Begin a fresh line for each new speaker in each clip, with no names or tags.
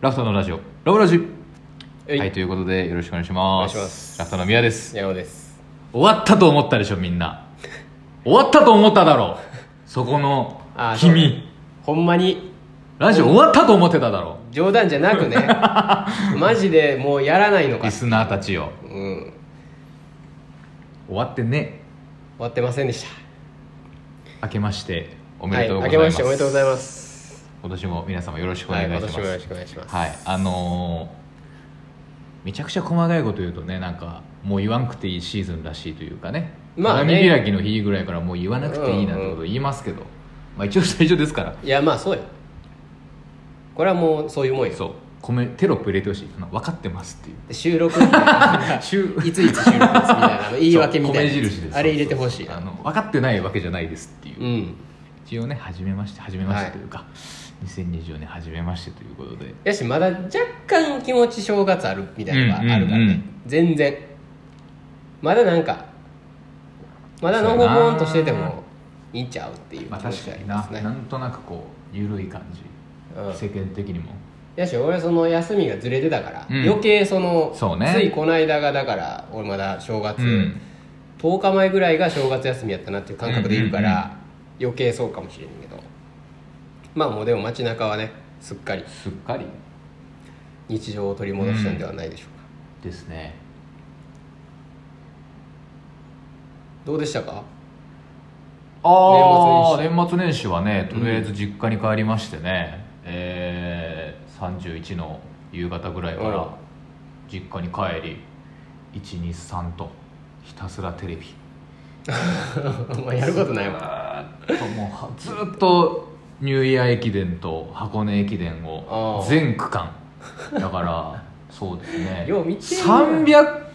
ラフトのラジオラブラジ
えい
はいということでよろしくお願いします
お願いします
ラフトの宮です
山尾です
終わったと思ったでしょみんな終わったと思っただろそこの
あーそう
君
ねほんまに
ラジオ終わったと思ってただろ
冗談じゃ なくねマジでもうやらないのか
リスナーたちよ
うん終
終わってね
わってませんでした
明けましておめでとうござ
はいい、明けま
ま
し
す、
ておめでとうございます
今年も皆様よろしくお
は
願い
い
しま
今
す、
年もよろしくお願いします
はい、あのーめちゃくちゃ細かいこと言うとねなんかもう言わんくていいシーズンらしいというかね,、
まあね
鏡開きの日ぐらいからもう言わなくていいなんてこと言いますけど、まあ、一応最初ですから
い、やまあそうよこれはもうそういうもんよ
そうコメテロップ入れてほしいあの分かってますっていう
で収録みたい な
週
いついつ収録ですみたいなあの言い訳みたいな
そう米印です
あれ入れてほしい
そうそう
な
あの分かってないわけじゃないですっていう、
うん
一応ね初めまして初めましてというか、2024年初めましてということで
やしまだ若干気持ち正月あるみたいなのがあるからね、
うんうんうん
全然まだなんかまだのほほんとしててもいいんちゃうっていう
まあ
気持
確
ちが
か
あり
にな
ますね、
なんとなくこう緩い感じ、
うん
世間的にも
やし俺その休みがずれてたから、
うん
余計その
そうね
ついこの間がだから俺まだ正月、
うん
10日前ぐらいが正月休みやったなっていう感覚でいるから、余計そうかもしれんけどまあもうでも街中はねすっかり
すっかり
日常を取り戻したんではないでしょうか、
ですね
どうでしたか
ああ
年末
年末年始はねとりあえず実家に帰りましてね、えー、31の夕方ぐらいか
うん
ら実家に帰り123とひたすらテレビ
まあやることないわ
あーっともうはずーっとニューイヤー駅伝と箱根駅伝を
あー
全区間だからそうですね
よう見てるな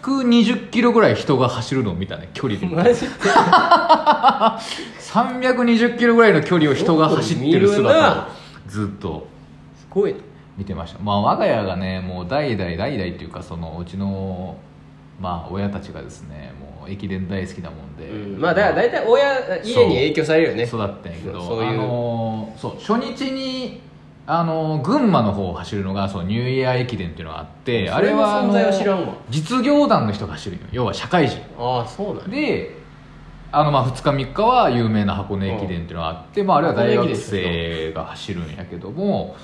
320キロぐらい人が走るのを見たね距離で
マジで
320キロぐらいの距離を人が走ってる
よく見る
姿を
な
ずっと
すごいな
見てましたまあ我が家がねもう代々代々っていうかそのうちのまあ親たちがですねもう駅伝大好きなもんで、
うんまあだ大体親家に影響されるよね
育ったんやけど
そうそういう
あのーそう初日に、あのー群馬の方を走るのがそうニューイヤー駅伝っていうのがあってあれはあ
その
の
存在は
ー
知らんわ
実業団の人が走るんよ要は社会人
ああそうなんや
であのまあ2日3日は有名な箱根駅伝っていうのがあって、まあ、あれは大
箱根
学
駅伝
生が走るんやけども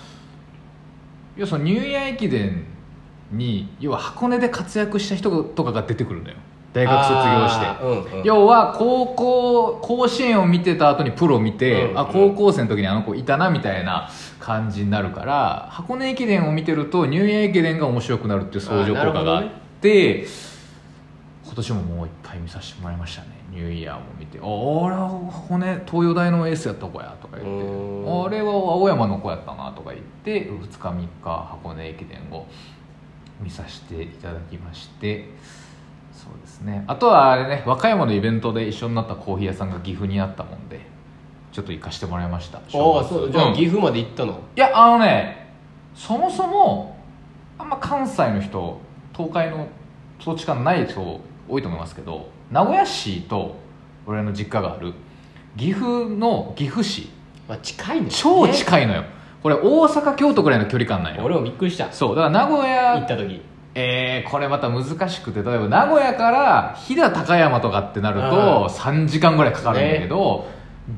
要はそのニューイヤー駅伝に要は箱根で活躍した人とかが出てくるのよ大学卒業して
あ。ーうんうん
要は高校甲子園を見てた後にプロ見て、
うん
あ高校生の時にあの子いたなみたいな感じになるから箱根駅伝を見てるとニューイヤー駅伝が面白くなるっていう相乗効果があって今年ももういっぱい見させてもらいましたねニューイヤーも見て「あ俺は箱根東洋大のエースやった子や」とか言って「
うん
あれは青山の子やったな」とか言って2日3日箱根駅伝を見させていただきまして。そうですねあとはあれね和歌山のイベントで一緒になったコーヒー屋さんが岐阜にあったもんでちょっと行かしてもらいましたあ
ああそうじゃあ岐
い
阜まで行ったの
やあのねそもそもあんま関西の人東海の土地勘ない人多いと思いますけど名古屋市と俺の実家がある岐阜の岐阜市
まあ近いね
超近いのよこれ大阪京都ぐらいの距離感なん
ね
よ
俺もびっくりした
そうだから名古屋
行った時
えー、これまた難しくて例えば名古屋から飛騨高山とかってなると3時間ぐらいかかるんだけど、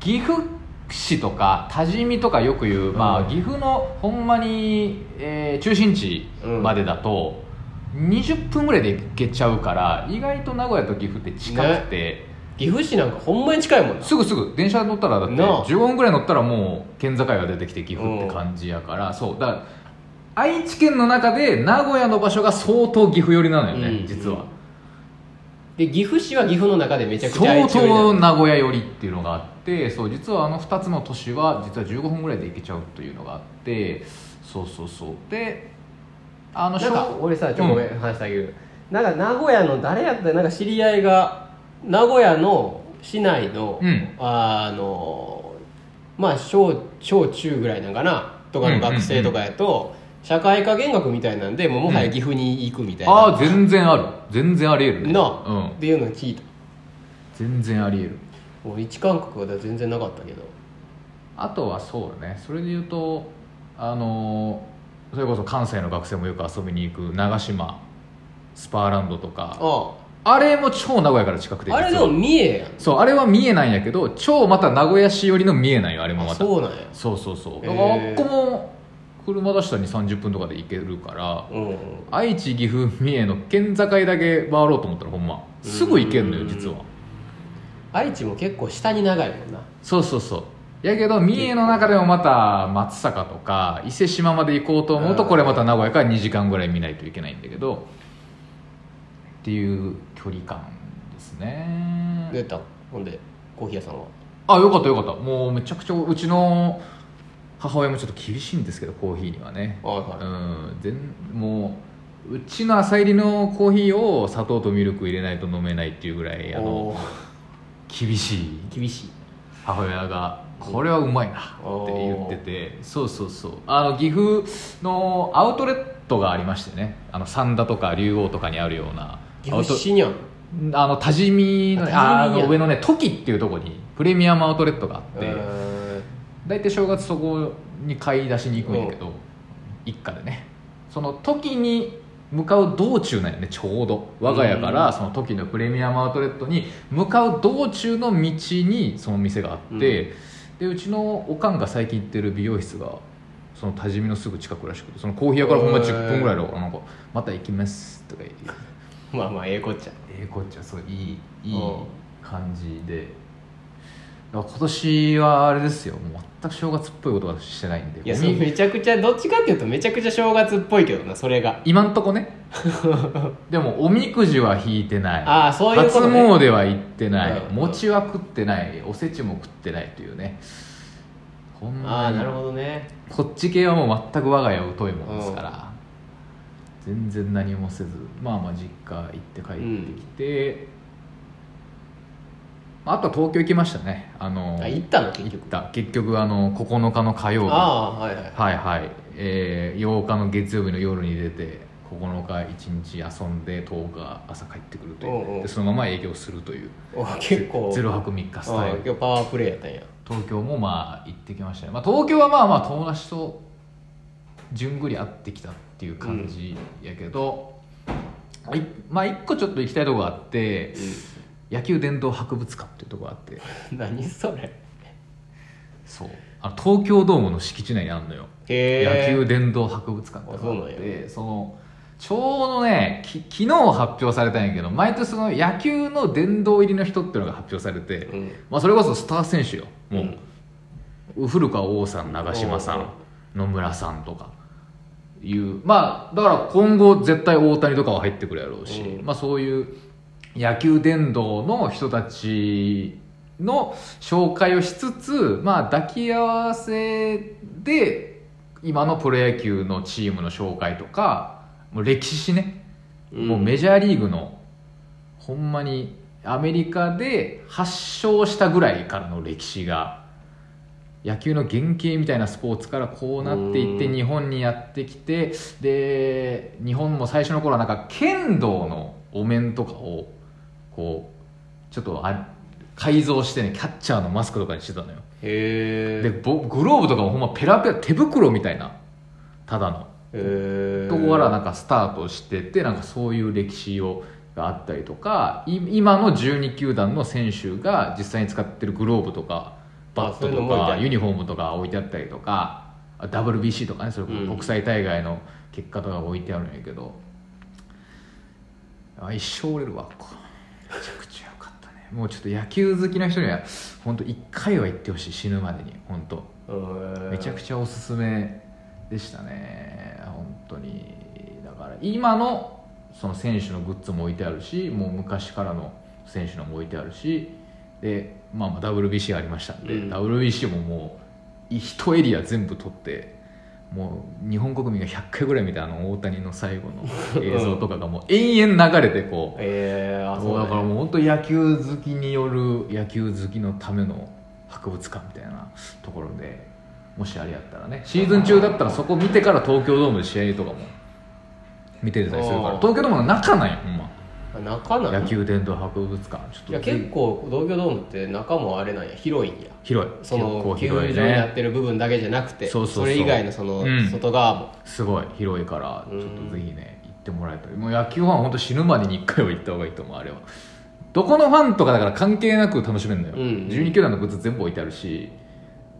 岐阜市とか多治見とかよく言う、まあ、
うん
岐阜のほんまに、えー中心地までだと20分ぐらいで行けちゃうから意外と名古屋と岐阜って近くて、
岐阜市なんかほんまに近いもんな
すぐすぐ電車乗ったらだって
なあ
15分ぐらい乗ったらもう県境が出てきて岐阜って感じやから、そうだから愛知県の中で名古屋の場所が相当岐阜寄りなのよね、
うん
実は
で岐阜市は岐阜の中でめちゃくちゃ
相
愛知寄りな
当
の
名古屋寄りっていうのがあってそう実はあの2つの都市は実は15分ぐらいで行けちゃうというのがあってそうそうそうであの
なんか
小
俺さちょごめん話してあげるなんか名古屋の誰やったよなんか知り合いが名古屋の市内の
うん
あのまあ小小中ぐらいなんかなとかの学生とかやと社会科見学みたいなんでもうもはや岐阜に行くみたいな
ああ全然ある全然ありえるね
な
う
あ
ん
っていうのを聞いた
全然ありえる
もう位置感覚は全然なかったけど
あとはそうだねそれで言うとあのーそれこそ関西の学生もよく遊びに行く長島スパーランドとか
あ
あれも超名古屋から近くて
ああれ
実
で
は
も三重やん
そうあれは三重なんやけど超また名古屋市寄りの三重なんよあれもまた
そうなんや
そうそうそう
へー
だからあっこも車出したらに30分とかで行けるから
うん
愛知岐阜三重の県境だけ回ろうと思ったらほんますぐ行けんのよ
うん
実は
愛知も結構下に長いもんな
そうそうそうやけど三重の中でもまた松阪とか伊勢志摩まで行こうと思うと
うん
これまた名古屋から2時間ぐらい見ないといけないんだけどっていう距離感です
出
ね
たほんでコーヒー屋さんは
あよかったよかったもうめちゃくちゃうちの母親もちょっと厳しいんですけどコーヒーにはね
はいうは
ん全もううちの朝入りのコーヒーを砂糖とミルク入れないと飲めないっていうぐらい
い
あ
お
の
ー
厳しい
厳しい
母親が「これはうまいな」って言っててそうそうそうあの岐阜のアウトレットがありましてねあの三田とか竜王とかにあるような
岐
アウト
阜市にゃん
あの多治見のねあ
多治見や
の上のね時っていうとこにプレミアムアウトレットがあって、
え
大体正月そこに買い出しに行くんやけど、一家でねその時に向かう道中なんよねちょうど我が家からその時のプレミアムアウトレットに向かう道中の道にその店があって、
うん
でうちのおかんが最近行ってる美容室がその多治見のすぐ近くらしくてそのコーヒー屋からほんま10分ぐらいだからなんか「また行きます」とか言って
ーまあまあええこっちゃ
えー、こっちはそういいいい
うん
感じでだから今年はあれですよもう全く正月っぽいことはしてないんで
いや
ゴ
それ
ミ
めちゃくちゃどっちかっていうとめちゃくちゃ正月っぽいけどなそれが
今んとこね でもおみくじは引いてない
ああそういうことね
初詣は行ってない、
うん
餅は食ってないおせちも食ってないというねほん
あ
ま
あ
に
なるほどね
こっち系はもう全く我が家疎いもんですから、全然何もせずまあまあ実家行って帰ってきて、あとは東京行きましたねあの
あ行ったの結
行っ
局
た結局あの9日の火曜日は
ああはいはい
いはい、えー8日の月曜日の夜に出て9日一日遊んで10日朝帰ってくるという、
おうおう
でそのまま営業するという
お結構
0泊3日スタイ
あ
ル
ー今日パワープレイやったんや
東京もまあ行ってきましたね、まあ、東京はまあまあ友達とじゅんぐり会ってきたっていう感じやけど、いまあ一個ちょっと行きたいとこがあって野球殿堂博物館っていうとこがあって
何それ
そうあの東京ドームの敷地内にあるのよ、
へえ
野球殿堂博物館ってのがあっ
あそうなん
てそのちょうどねき昨日発表されたんやけど毎年その野球の殿堂入りの人っていうのが発表されて、
うん
まあ、それこそスター選手よもう、
うん
古川王さん長嶋さ
おうおうん
野村さんとかいうまあだから今後絶対大谷とかは入ってくるやろうし、
うん
まあ、そういう野球殿堂の人たちの紹介をしつつ、まあ、抱き合わせで今のプロ野球のチームの紹介とかもう歴史ね、
うん
もうメジャーリーグのほんまにアメリカで発祥したぐらいからの歴史が野球の原型みたいなスポーツからこうなっていって
うん
日本にやってきてで日本も最初の頃はなんか剣道のお面とかをこうちょっとあ改造してねキャッチャーのマスクとかにしてたのよ
へ
でボグローブとかもほんまペラペラ手袋みたいなただの
え
とこからなんかスタートしててなんかそういう歴史をがあったりとかい今の12球団の選手が実際に使ってるグローブとかバット
あそういうの
と
も置いてあ
か
る
ユニフォームとか置いてあったりとかあ WBC とかねそれこそ
うん
国際大会の結果とか置いてあるんやけど、あ一生折れるわこれめちゃくちゃよかったねもうちょっと野球好きな人には本当一回は行ってほしい死ぬまでに本当めちゃく
ゃ
ちゃおすすめでしたね本当にだから今のその選手のグッズも置いてあるしもう昔からの選手のも置いてあるしで、まあ、まあ WBC ありましたんで、
うん
WBC ももう一エリア全部取ってもう日本国民が100回ぐらい見たあの大谷の最後の映像とかがもう延々流れてこう
ええあ
そうだ
だ
からもう本当野球好きによる野球好きのための博物館みたいなところでもしあれやったらねシーズン中だったらそこ見てから東京ドームで試合とかも見てたりするから
あー
東京ドームの中なんよほんま
中なの
野球伝統博物館ちょっと
いや結構東京ドームって中もあれなんや広いんや
広い
そ
結構
の球場
広い
に
ね
なってる部分だけじゃなくて
そうそうそう
れ以外のその
うん
外側も、
すごい広いからちょっとぜひね行ってもらいたいもう野球ファン本当死ぬまでに1回は行った方がいいと思うあれはどこのファンとかだから関係なく楽しめるのよ、
うんうん
12球団のグッズ全部置いてあるし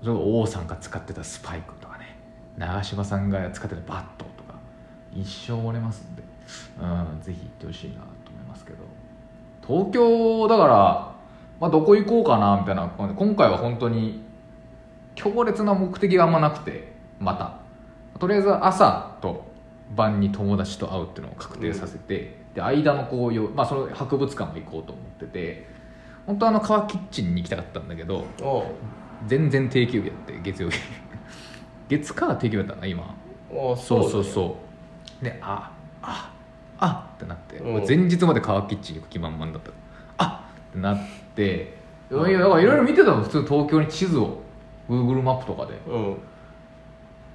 それこそ王さんが使ってたスパイクとかね長嶋さんが使ってたバットとか一生折れますんで、うん、ぜひ行ってほしいなと思いますけど東京だから、まあ、どこ行こうかなみたいな感じで今回は本当に強烈な目的があんまなくてまたとりあえず朝と晩に友達と会うっていうのを確定させて、で間のこういう、まあ、その博物館も行こうと思ってて本当はあの川キッチンに行きたかったんだけど
おう
全然定休日やって月曜日 月火は定休日だったな今
おう
そうそう
う
そうであああってなって、
うん
前日まで川キッチン行く気満々だったあってなっていやいやだからいろいろ見てたの普通東京に地図を Google マップとかで
だよね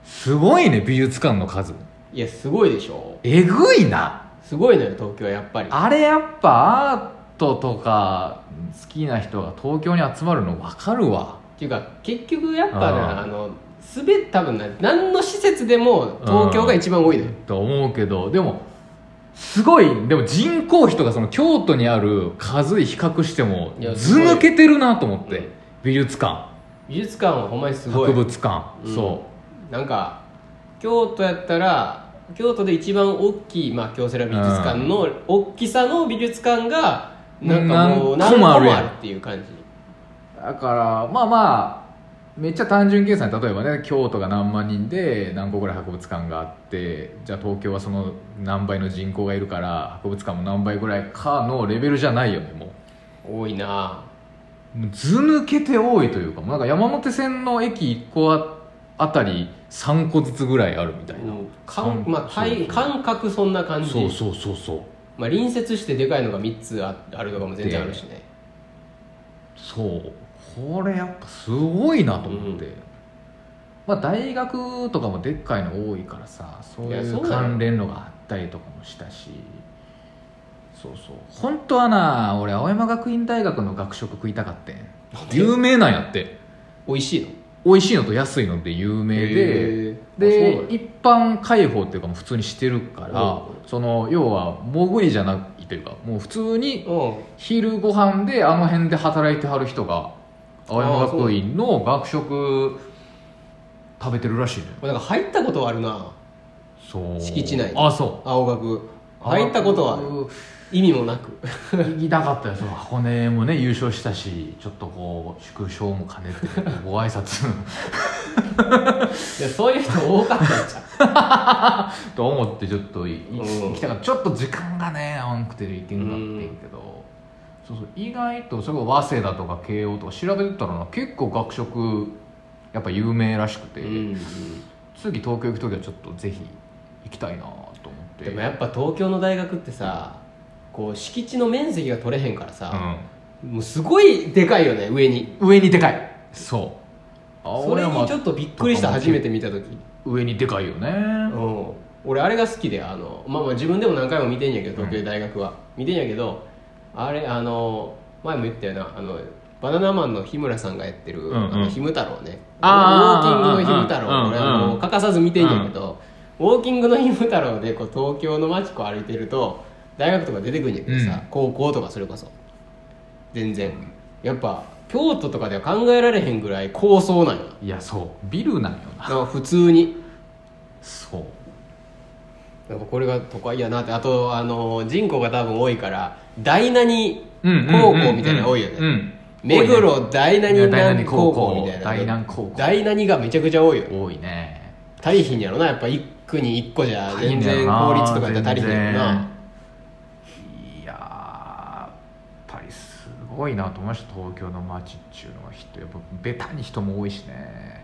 すごいね美術館の数
うんいやすごいでしょ
えぐいな
すごいのよ東京はやっぱり
あれやっぱアートとか好きな人が東京に集まるの分かるわ
っていうか結局やっぱね
あー
あのすべ多分な何の施設でも東京が一番多いのよ
と思うけどでもすごいでも人口比とかその京都にある数比較しても
いや
図抜けてるなと思っ
うん
て美術館
美術館はほんまにすご
博
い
物館、
うん
そ
なんか京都やったら京都で一番大きい、まあ、京セラ美術館の大きさの美術館がなんかもう
何個
何個
も
も
ある
あるっていう感じ
うだからまあまあめっちゃ単純計算で例えばね京都が何万人で何個ぐらい博物館があってじゃあ東京はその何倍の人口がいるから博物館も何倍ぐらいかのレベルじゃないよねもう
多いな
もう図抜けて多いというかもうなんか山手線の駅1個ああたり3個ずつぐらいあるみたいな、
か
感
ん、まあ、体感覚そんな感じ
そうそうそうそう
まあ、隣接してでかいのが3つああるとかも全然あるしね
そうこれやっぱすごいなと思って、
うん
まあ大学とかもでっかいの多いからさそう
い
い
や
う
そうだよ
関連のがあったりとかもしたしそうそう本当はな俺青山学院大学の学食食いたかってん有名なんやって
美味しいの
美味しいのと安いので有名で、
へーあそう
で
なんや
一般開放っていうかもう普通にしてるから
う
その要は潜りじゃないというかもう普通に
うん
昼ご飯であの辺で働いてはる人が青山
あーそう
学院の学食食べてるらしいね
なんか入ったことはあるな
そう
敷地内に
あそう
青学入ったことはある意味もなく
行きたかったよその箱根もね優勝したしちょっとこう縮小も兼ねてご挨拶
いやそういう人多かったんちゃう
と思ってちょっといい
うん
行きたかったちょっと時間がね合わんくて行けんかってんけどそうそう意外とそれこそ早稲田とか慶応とか調べてたらな結構学食やっぱ有名らしくて、
うん
次東京行く時はちょっとぜひ行きたいなと思って
でもやっぱ東京の大学ってさこう敷地の面積が取れへんからさ、もうすごいでかいよね上に
うん、上にでかいそう
それにちょっとびっくりした初めて見た時、
上にでかいよね、
うん、俺あれが好きであの、まあ、まあ自分でも何回も見てんやけど東京大学は、見てんやけどあれあの前も言ったよなあのバナナマンの日村さんがやってる
う
「
んうん
あのひむ太郎ね」
あー
ウォーキングのひむ太
うんうんうん
郎俺はもう欠かさず見てんやけど、ウォーキングのひむ太郎でこう東京の街こう歩いてると大学とか出てくるんやけどさ、
うん
高校とかそれこそ全然やっぱ京都とかでは考えられへんぐらい高層なんや
いやそうビルなんよ
な
なん
か普通に
そう
なんかこれが都会やなってあとあの人口が多分多いから第何
うんうん
高
うん
校みたいなの多いよ
う
ね
ん
目黒第
いや
何
第何
何
高
高
校
校みたいな
第何高校
第何がめちゃくちゃ多いよ
多いね
足りひんやろなやっぱ一区に一個じゃ全然効率とかやったら足りひんやろない
やーやっぱりすごいなと思いました東京の街っていうのは人やっぱベタに人も多いしね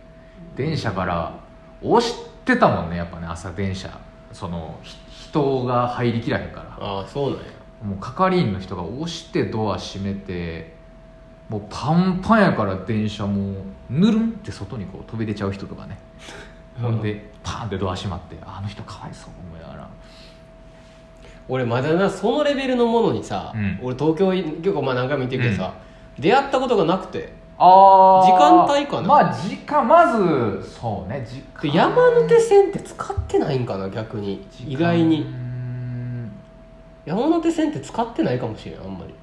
電車から押してたもんねやっぱね朝電車そのひ人が入りきらへんから
ああそうなんや
もう係員の人が押してドア閉めてもうパンパンやから電車もうぬるんって外にこう飛び出ちゃう人とかねほんでパーンってドア閉まってあの人かわいそう思いながら
俺まだなそのレベルのものにさ、
うん
俺東京結構まあ何回も行ってるけどさ、出会ったことがなくて
あー
時間帯かな
まあ時間まずそうね時
で
間
山手線って使ってないんかな逆に
時間
意
う
外
ー
に
ん
山手線って使ってないかもしれんあんまり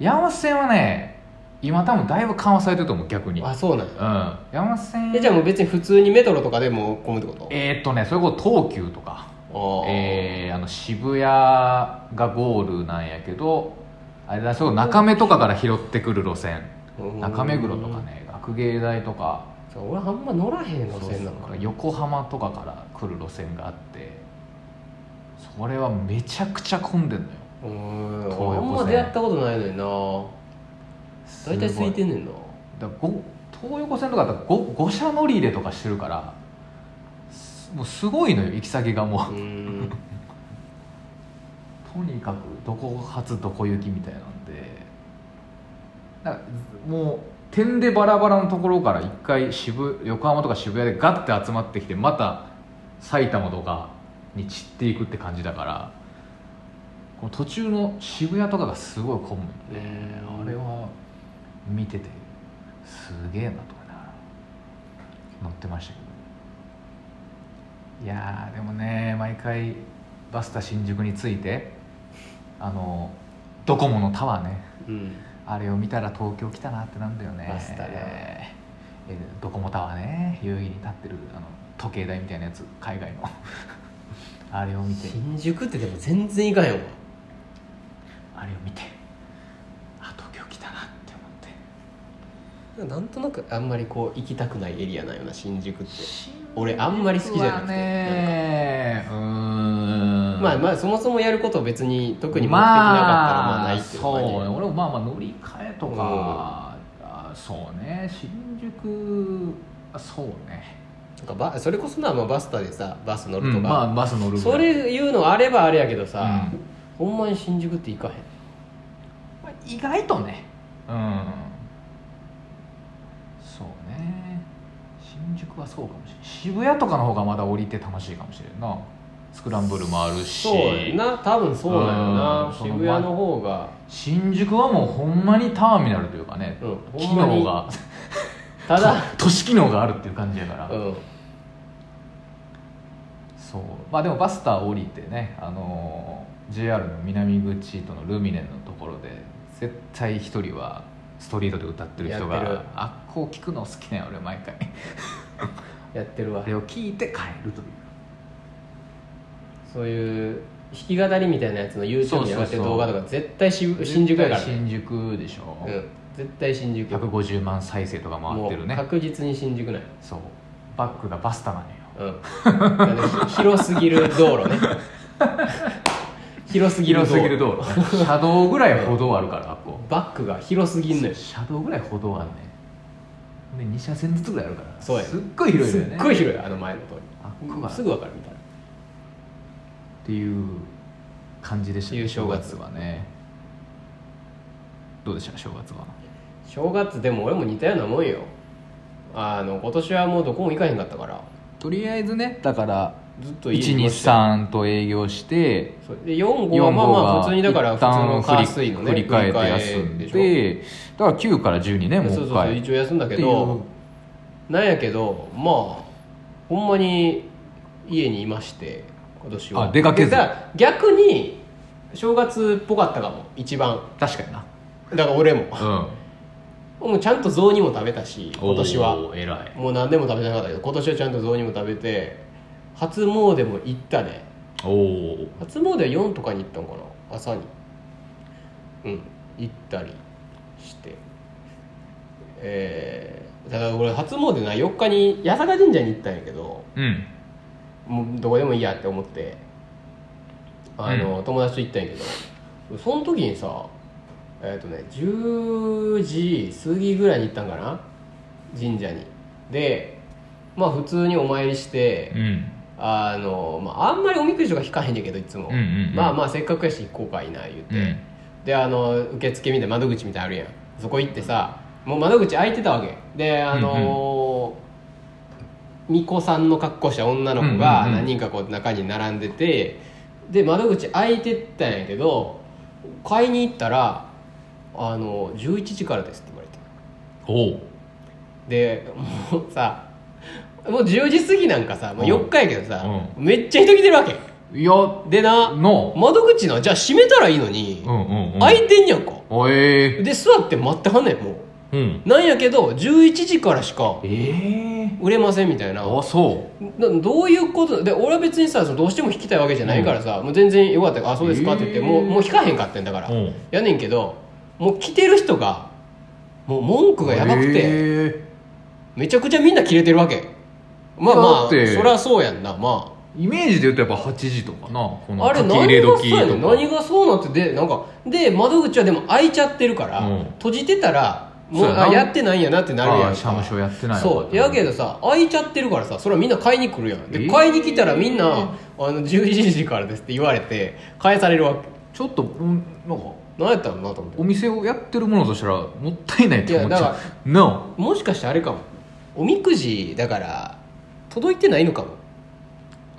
山手線はね今多分だいぶ緩和されてると思う逆にうん
あそうなんや
山手線
えじゃあもう別に普通にメトロとかでも混むってこと
えーっとねそれこそ東急とか
ああ、
えーあの渋谷がゴールなんやけどあれだそう中目とかから拾ってくる路線
うん
中目黒とかね学芸大とか
そう俺あんま乗らへん路線なの
そう
か
そう
な
横浜とかから来る路線があってそれはめちゃくちゃ混んでんのよ
うーん
東横
あ
線
んま出会ったことないのにな大体空いてんねんな
だからご東横線とかだったら 5, 車乗り入れとかしてるからすもうすごいのよ行き先がもう
うー ん
とにかくどこ発どこ行きみたいなんでなんかもう点でバラバラのところから一回渋横浜とか渋谷でガッて集まってきてまた埼玉とかに散っていくって感じだからこの途中の渋谷とかがすごい混むんで、
ねえ
あれは見ててすげえなとかな乗ってましたけどいやーでもね毎回バスタ新宿に着いてあのドコモのタワーね
うん
あれを見たら東京来たなってなんだよね
バスタね
えードコモタワーね代々木に立ってるあの時計台みたいなやつ海外の あれを見て
新宿ってでも全然行かへんわ
あれを見てあ東京来たなって思って
なんとなくあんまりこう行きたくないエリアなんよな新宿って
俺
俺
あ
あ
ん
ん
ま
ま
り
り
好
好
きじ
きじ
ゃな
ゃ
く
なく
て
て
ねうーん
ま
ま
あ
あ
まあそもそもやることを別に特に持ってきなかったらまあないっていう
そう
感じ
ね俺もまあまあ乗り換えとか、あそうね新宿あそうね
なんかバそれこそな、まあ、バスタでさバス乗る
う
と
ん
か、
まあバス乗るぐら
そ
い
れ言うのあればあれやけどさ、
うん
ほんまに新宿って行かへ
まあ意外とねうんそうね新宿はそうかもしれない渋谷とかの方がまだ降りて楽しいかもしれんなスクランブルもある
ん
し
そうやな多分そうなんよ
う
なん渋谷の方が、
新宿はもうほんまにターミナルというかね、
うん
機
ほんま
能
に
が
ただ
都市機能があるっていう感じやから、
うん
そうまあでもバスター降りてね、あのー JR の南口とのルミネのところで絶対一人はストリートで歌ってる人
やってる
があっこを聞くの好きなんよ俺毎回
やってるわ
あれを聞いて帰るという
そういう弾き語りみたいなやつの YouTube に上がってる動画とか絶対渋新宿やから、
絶対新宿でしょ、
うん、絶対新宿
150万再生とか回ってる
も
ね
う確実に新宿なんよ
そうバックがバスタなのよ
うん、あのひ広すぎる道路ね広すぎる道
広す
路
ぎる道路 車道ぐらい歩道あるからあっこ
バックが広すぎんのよ
車道ぐらい歩道あるねで2車線ずつぐらいあるから
そうや
すっごい広い
す
の
っ
よね
ご
い
い広いあの前の通
あっ
り
こが
すぐ分かるみたいな
っていう感じでした
いう正月
はねどうでした正月は
正月でも俺も似たようなもんよあの今年はもうどこも行かへんかったから
とりあえずねだから
ずっと家にいました
123と営業して
そうで45はまあまあ普通にだから
一
普通
旦
の
振り
火水のね
振り返って休んでだから9から12ねもう
そうそう
一
そう
回
一応休んだけどなんやけどまあほんまに家にいまして今年は
あ出かけず
でだから逆に正月っぽかったかも一番
確かにな
だから俺も
うん
もうちゃんと雑煮も食べたし今年は
おー偉い
もう何でも食べてなかったけど今年はちゃんと雑煮も食べて初詣も行ったね
おお
初詣は4とかに行ったんかな朝にうん行ったりしてえー、だから俺初詣な4日に八坂神社に行ったんやけど
うん
もうどこでもいいやって思ってあの、友達と行ったんやけどその時にさえっ、とね10時過ぎぐらいに行ったんかな神社にでまあ普通にお参りして、
うん
あの、まあ、あんまりおみくじとか引かへんねんけどいつも、
うんうんうん
まあまあせっかくやし行こうかいな言うて、
うん
であの受付みたいな窓口みたいなのあるやんそこ行ってさもう窓口開いてたわけであのー巫女さんの格好した女の子
う
が
んうんうん
何人かこう中に並んでて、で窓口開いてったんやけど買いに行ったら「あの11時からです」って言われ
お
て
う
でもうさもう10時過ぎなんかさ、まあ、4日やけどさ、
う
めっちゃ人来てるわけ
いや
でな
の
窓口なじゃあ閉めたらいいのに、
うんうんうん
開いてんやんか
おえ
で座って待ってはんねんも
ー、うん
うなんやけど11時からしか
ええ
売れませんみたいな
ー、あそ
などういうことで俺は別にさそのどうしても弾きたいわけじゃないからさ、もう全然よかったから「あそうですか」って言って、
へー
もうもう弾かへんかってんだから、
ううん
やねんけどもう来てる人がもう文句がやばくて、
え
めちゃくちゃみんなキレてるわけまあま
だ
あ
って
そりゃそうやんなま
ーイメージで言うとやっぱ8時とかなこ
あ
の
あれ
書き
何
入れ
がそう
時
やね
と
ん
か
何がそうなってでなんかで窓口はでも開いちゃってるから、
うん
閉じてたらも
そううやな
あやってないんやなってなるや
あ
ん
ー社務所やってない
そうやけ
ど
どさ開いちゃってるからさそれはみんな買いに来るやんで、
えー
買いに来たらみんなあの11時からですって言われて返されるわけ
ちょっと、うん、なんか
何やったのなと思って
お店をやってるものとしたらもったいないって思っち
いや
ゃ
だか
う No
もしかしてあれかもおみくじだから届いてないのかも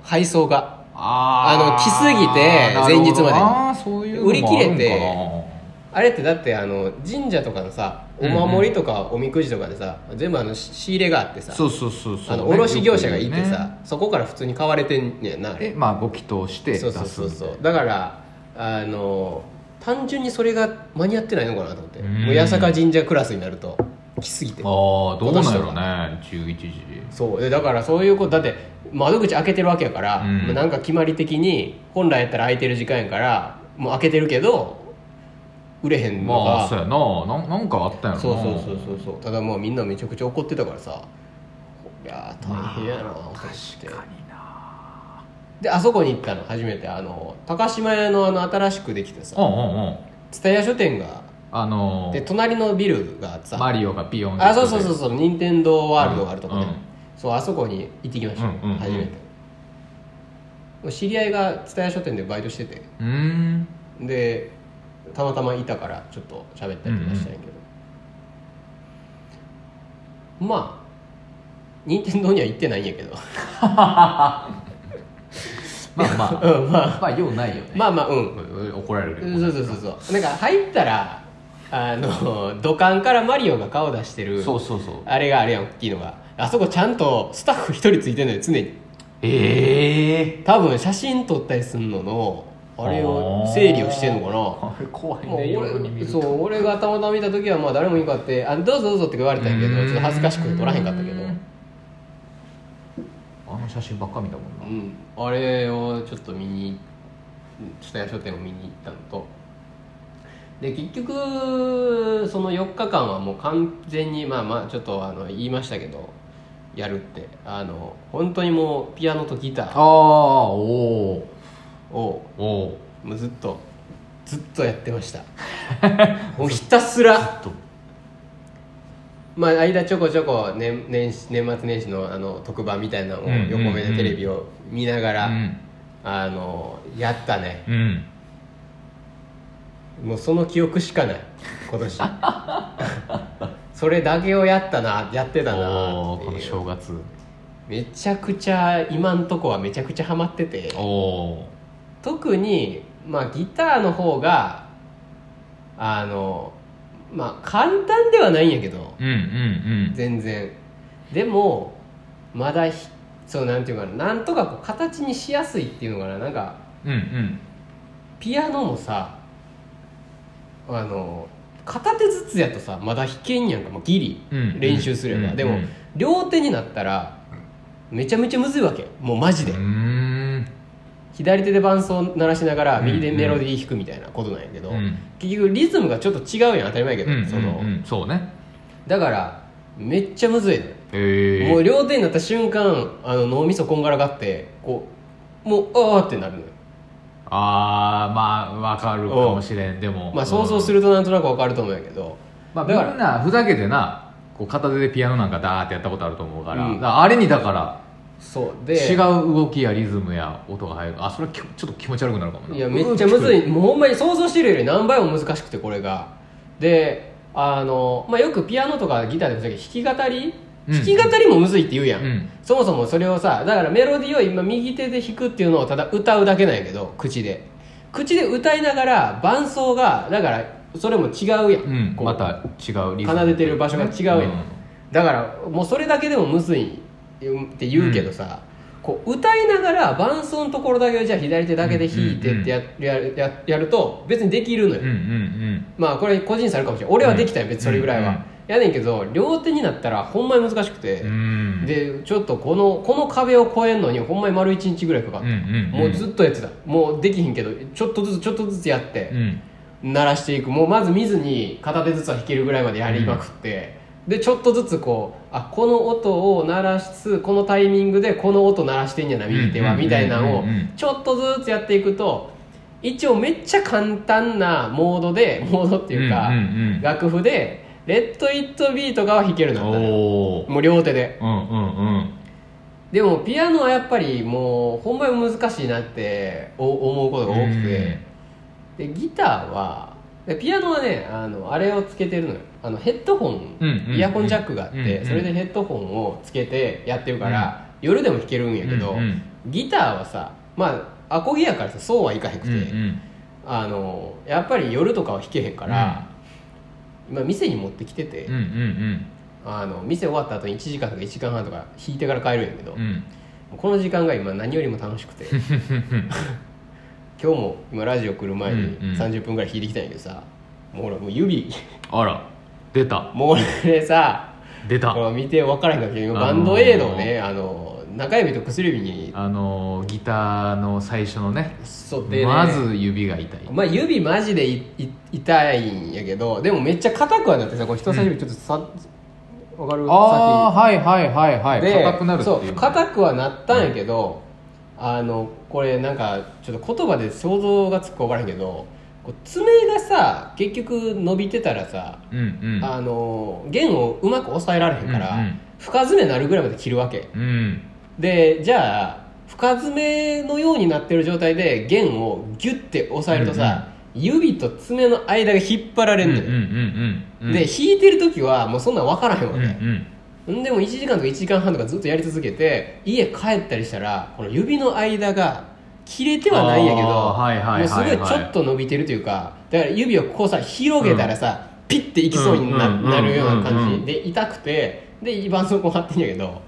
配送が
あ
あの来すぎて前日までに
ああそういうのも
売り切れて
あるんか
あれってだってあの神社とかのさお守りとかおみくじとかでさ、全部あのし仕入れがあってさ
なそうそうそうそう
あの卸業者がいて
よく言
さ、
うね
そこから普通に買われてんねやなあれ
でまあご祈祷して出す
そうそうそうそうだからあの単純にそれが間に合ってないのかなと思って
うん
もう八坂神社クラスになると来すぎて
ああーどうなんやろうね11時
そうでだからそういうことだって窓口開けてるわけやから、
うん
まあなんか決まり的に本来やったら開いてる時間やからもう開けてるけど売れへんのが、
まあそうやななんなんかあったんやろな
そうそうそうそうそうただまあみんなめちゃくちゃ怒ってたからさこりゃ大変やなと思って
確かにな
であそこに行ったの初めてあの高島屋のあの新しくできて
う
さ
んうんうん
蔦屋書店が
あの
で
ー
隣のビルがあってさ
マリオがピヨン
あそうそうそううそう任天堂ワールドがあるとこね、
うんうん
そうあそこに行ってきました、
うんうんうん
初めて知り合いが蔦屋書店でバイトしてて
うーん
でたまたまいたからちょっと喋ったりとかしたんやけど、まあ任天堂には行ってないんやけど
まあま
うんまあ
あまあ用ないよね
まあまあうん
怒られるけど
そうそうそうそうなんか入ったらあの土管からマリオが顔出してる
そうそうそう
あれがあれやん大きいのがあそこちゃんとスタッフ一人ついてんのよ常に
ええ
多分写真撮ったりすんののあれを整理をしてんのかな
あれ怖い
もう
ね夜に見
俺
る
そ
と
う俺がたまたま見た時はまあ誰もいなかって「あどうぞどうぞ」って言われたんやけどちょっと恥ずかしくて撮らへんかったけど
うーんあの写真ばっか見たもんな
うんあれをちょっと見に蔦屋書店を見に行ったのとで結局その4日間はもう完全にまあまあちょっとあの言いましたけどやるってあの本当にもうピアノとギタ
あ
ー
あおー
を
おー
もうずっとずっとやって ましたもうひたすら
と
まあ間ちょこちょこ年年始年末年始のあの特番みたいなのを
うんうんうん
横目でテレビを見ながら、
うん
あのやったね
うん
もうその記憶しかない今 年それだけをやったなやってたな
お
っ
ー
て
この
いう
正月
めちゃくちゃ今んとこはめちゃくちゃハマってて
おお
特にまあギターの方があのまあ簡単ではないんやけど
うんうんうん
全然でもまだひそうなんていうかななんとかこう形にしやすいっていうのかななんか
うんうん
ピアノもさあの片手ずつやとさまだ弾けんやんかもうギリ
うん
練習すれば、
うんうん
でも、
うん
両手になったらめちゃめちゃむずいわけもうマジで、
うーん
左手で伴奏鳴らしながら
うん
右でメロディー弾くみたいなことなんやけど、
うん
結局リズムがちょっと違うやん当たり前やけ
う
ど、
ん
その
うんうんそうね
だからめっちゃむずいのよ
へえ
もう両手になった瞬間あの脳みそこんがらがってこうもうあーってなるのよ
ああまあわかるかもしれんでも
まあ想像するとなんとなくわかると思うんやけど、
まあ、み
だから
んなふざけてなこう片手でピアノなんかダーってやったことあると思うから,、
うん
だからあれにだから
そうで
違う動きやリズムや音が入るあそれはきちょっと気持ち悪くなるかもない
いやめっちゃむずいもうほんまに想像してるより何倍も難しくてこれがであの、まあ、よくピアノとかギターでもそうやけど弾き語り
うん
弾き語りもむずいって言うやん、
うん
そもそもそれをさだからメロディーを今右手で弾くっていうのをただ歌うだけなんやけど口で口で歌いながら伴奏がだからそれも違うやん、
うん
こう
また違うリズム
奏でてる場所が違うやん、
うん
だからもうそれだけでもむずいって言うけどさ、こう歌いながら伴奏のところだけをじゃあ左手だけで弾いてってや,、やややると別にできるのよ、
うんうん
まあこれ個人差あるかもしれない俺はできたよ別にそれぐらいは、
うんうん
やねんけど両手になったらほんまに難しくて、
うんうん
でちょっとこのこの壁を越えるのにほんまに丸1日ぐらいかかっ
う
た、
んうん
もうずっとやってたもうできひんけどちょっとずつちょっとずつやって
う、ん
鳴らしていくもうまず見ずに片手ずつは弾けるぐらいまでやりまくって、でちょっとずつこうあこの音を鳴らすこのタイミングでこの音鳴らしてんやな右手
う
は
んうん
みたいなのを
うんうん
ちょっとずつやっていくと一応めっちゃ簡単なモードで モードっていうか、
うんうん
楽譜で「レッド・イット・ビート」が弾ける
うん
なったのよ
おー
もう両手で
うんうんうん
でもピアノはやっぱりもうほんまに難しいなってお思うことが多くて、でギターはでピアノはねあのあれをつけてるのよあのヘッドホン、
うんうんうん
イヤホンジャックがあって、
うんうん
それでヘッドホンをつけてやってるから、夜でも弾けるんやけど、
うんうん
ギターはさまあアコギやからさそうはいかへんくて、
うんうん
あのやっぱり夜とかは弾けへんから、まあ、店に持ってきてて、
うんうん
あの店終わった後に1時間とか1時間半とか弾いてから帰るんやけど、
うんうん
この時間が今何よりも楽し くて今日も今ラジオ来る前に
うんうん
30分ぐらい弾いてきたんやけどさ、もうほらもう指
あら出た
もう俺さ
出た
これ見て分からへんかもしれんけど
あ
バ
のー
ンドエイドをねあの中指と薬指に
あのギターの最初のね
沿って、ね、
まず指が痛い
まあ指マジでいい痛いんやけどでもめっちゃ硬くはなってさこう人差し指ちょっとさ、分かる
ああーはいはいはいは
で
い硬くなるって
そ
いうう
硬くはなったんやけど、あのこれなんかちょっと言葉で想像がつくか分からへんけどこう爪がさ結局伸びてたらさ、
うんうん
あの弦をうまく抑えられへんから、
うんうん
深爪なるぐらいまで切るわけ
うん
でじゃあ深爪のようになってる状態で弦をギュッて押さえるとさ、指と爪の間が引っ張られ
うん
る
うんう
のよ、
んうん
で弾いてる時はもうそんなん分からへんわ
う
け、
んうん
んでも1時間とか1時間半とかずっとやり続けて家帰ったりしたらこの指の間が切れてはないんやけど、
あーはいはいはいはい
もうすごいちょっと伸びてるというかだから指をこうさ広げたらさ、ピッていきそうにな,、
うんうんうん
なるような
うん
感
う
じ
ん
で痛くてで絆創膏貼ってんやけど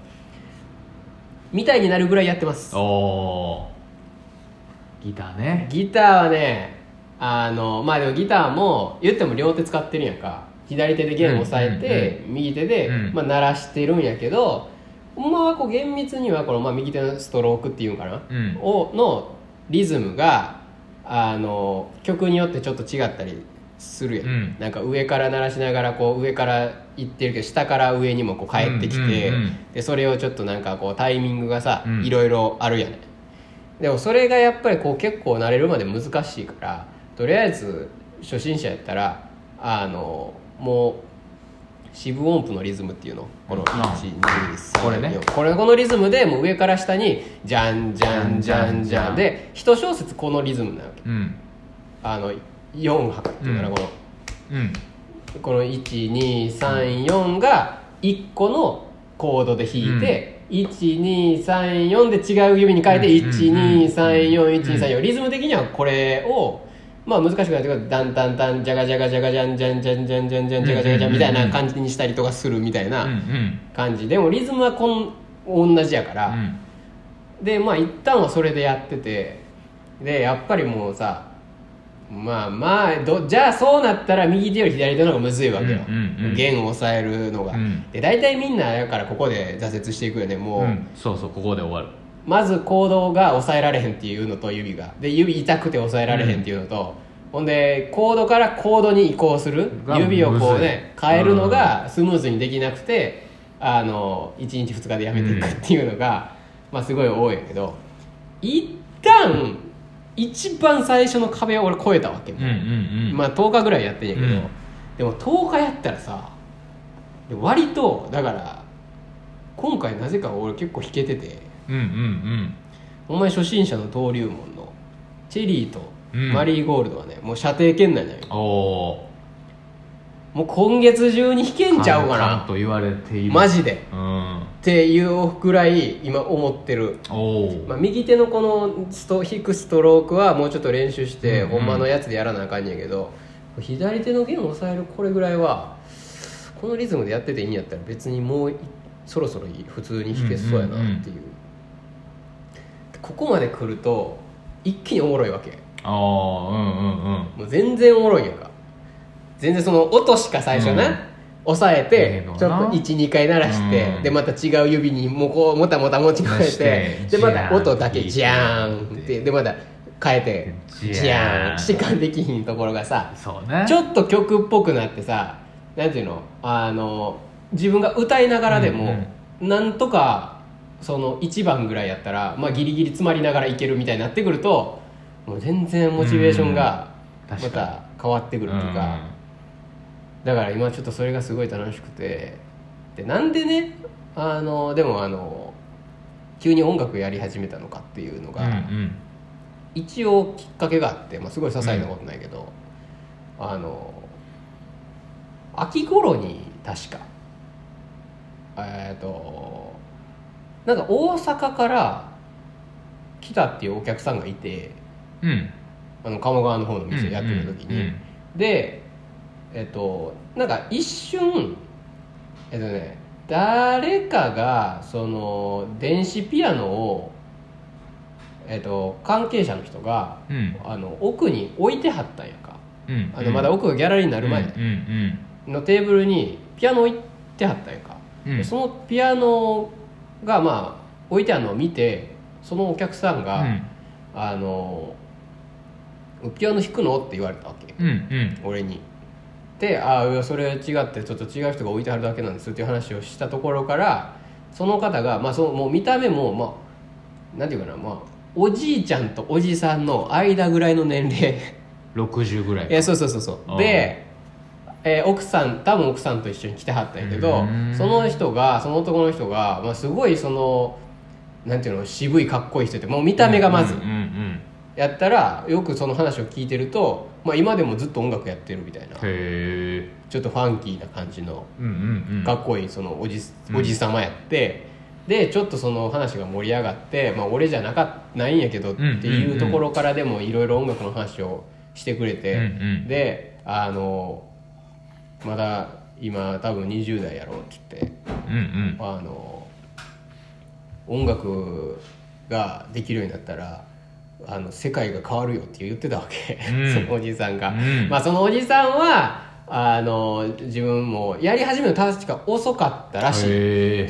みたいになるぐらいやってます
おーギターね
ギターはねあのまあでもギターも言っても両手使ってるんやんか左手で弦を押さえて、右手で、
うん
まあ、鳴らしてるんやけどほんまはこう厳密にはこの、まあ、右手のストロークっていうんかな、
うん
をのリズムがあの曲によってちょっと違ったりするやん、
うん
なんか上から鳴らしながらこう上から行ってるけど下から上にもこう帰ってきて、
うんうんうん
でそれをちょっとなんかこうタイミングがさ、
うん
いろいろあるやんでもそれがやっぱりこう結構慣れるまで難しいからとりあえず初心者やったらあのもう四分音符のリズムっていうのこの
うん
123
これね
これこのリズムでもう上から下にじゃんじゃんじゃんじ
じゃんじ
ゃ
ゃ
ん
ん
で一小節このリズムなわけ
うん
あの4拍っていうから
うん
この、
うん
この1234が1個のコードで弾いて、1234で違う指に変えて、
うん
12341234、
う
リズム的にはこれをまあ難しくなってくるダンタンタンジャガジャガジャガジャンジャンジャンジャンジャンジャンジャガジャガジャンみたいな感じにしたりとかするみたい
うんう
なん感じでもリズムはこん同じやから、
うん
でまあ一旦はそれでやっててでやっぱりもうさまあまあどじゃあそうなったら右手より左手の方がむずいわけよ、
うんうんうん
弦を押さえるのが、
うん
で大体みんなだからここで挫折していくよねもう、
うんそうそうここで終わる
まず行動が抑えられへんっていうのと指がで指痛くて抑えられへんっていうのと、ほんでコードからコードに移行する
が
指をこ
む
うね
ずい
変えるのがスムーズにできなくて、あの1日2日でやめていくっていうのが、まあ、すごい多いんやけど一旦一番最初の壁を俺越えたわけ、
うんうんうん
まあ10日ぐらいやってんやけど、
うん
でも10日やったらさで割とだから今回なぜか俺結構弾けてて。
うんうん
お前初心者の登竜門のチェリーと
うん
マリーゴールドはね、もう射程圏内だよ
うんおお
もう今月中に弾けんちゃう
カン
か
カン
な
と言われている
マジで
うん
っていうぐらい今思ってる
おお、
まあ、右手のこのスト引くストロークはもうちょっと練習して
うんうん
ほんまのやつでやらなあかんやけど、左手の弦を抑えるこれぐらいはこのリズムでやってていいんやったら別にもういそろそろいい普通に弾けそうやなっていう,、ここまで来ると一気におもろいわけ
ああうんうんうん
もう全然おもろいやんか全然その音しか最初ね、
うん
押さえ
ええ
て
のな
ちょっと12回鳴らして、
うん
でまた違う指にもこうもたもた持ち替
出して
えてでま
ジ
た
ャーン
音だけジャーンってでまた変えて
ジャーン
ジャーンしかできひんところがさ
そうね
ちょっと曲っぽくなってさなんていうのあの自分が歌いながらでも、なんとかその1番ぐらいやったら、まあ、ギリギリ詰まりながらいけるみたいになってくるともう全然モチベーションが
うん
ま
確かに
た変わってく
う
る
ん
というか、だから今ちょっとそれがすごい楽しくてでなんでねあのでもあの急に音楽やり始めたのかっていうの
うんう
が、
ん
一応きっかけがあって、まあ、すごい些細なことないけど、あの秋頃に確かえっ、となんか大阪から来たっていうお客さんがいて
うん
あの鴨川の方の店やってる時に、
うんうん
でえっ、となんか一瞬えっ、とね誰かがその電子ピアノを、えっと関係者の人が
うん
あの奥に置いてはったんやんか
うん
あのまだ奥がギャラリーにな
あ
る前
うんうん
のテーブルにピアノ置いてはったんやんか、
うんうん
そのピアノがまあ置いてあるのを見てそのお客さんが「あのピアノ弾くの?」って言われたわけ
うんうん
俺に。で「ああそれ違ってちょっと違う人が置いてはるだけなんです」っていう話をしたところからその方が、まあ、そのもう見た目もまあなんていうかなまあおじいちゃんとおじさんの間ぐらいの年齢
60ぐらい
いやそうそうそうそうで、えー奥さん多分奥さんと一緒に来てはったんやけ
う
ど
ん
その人がその男の人が、まあ、すごいそのなんていうの渋いかっこいい人ってもう見た目がまず
うんうん
やったらよくその話を聞いてると、まあ、今でもずっと音楽やってるみたい
うん
な
へえ
ちょっとファンキーな感じの
うんうんうん
かっこいいそのおじおじ様やって、でちょっとその話が盛り上がって、まあ、俺じゃなかないんやけどって
んうんう
い
ん
うところからでもいろいろ音楽の話をしてくれて、
うんうん
であのまだ今多分20代やろうって言って
うんうん
あの音楽ができるようになったらあの世界が変わるよって言ってたわけ、
うん
そのおじさんが、
うん
まあ、そのおじさんはあの自分もやり始めるの確か遅かったらしい
へ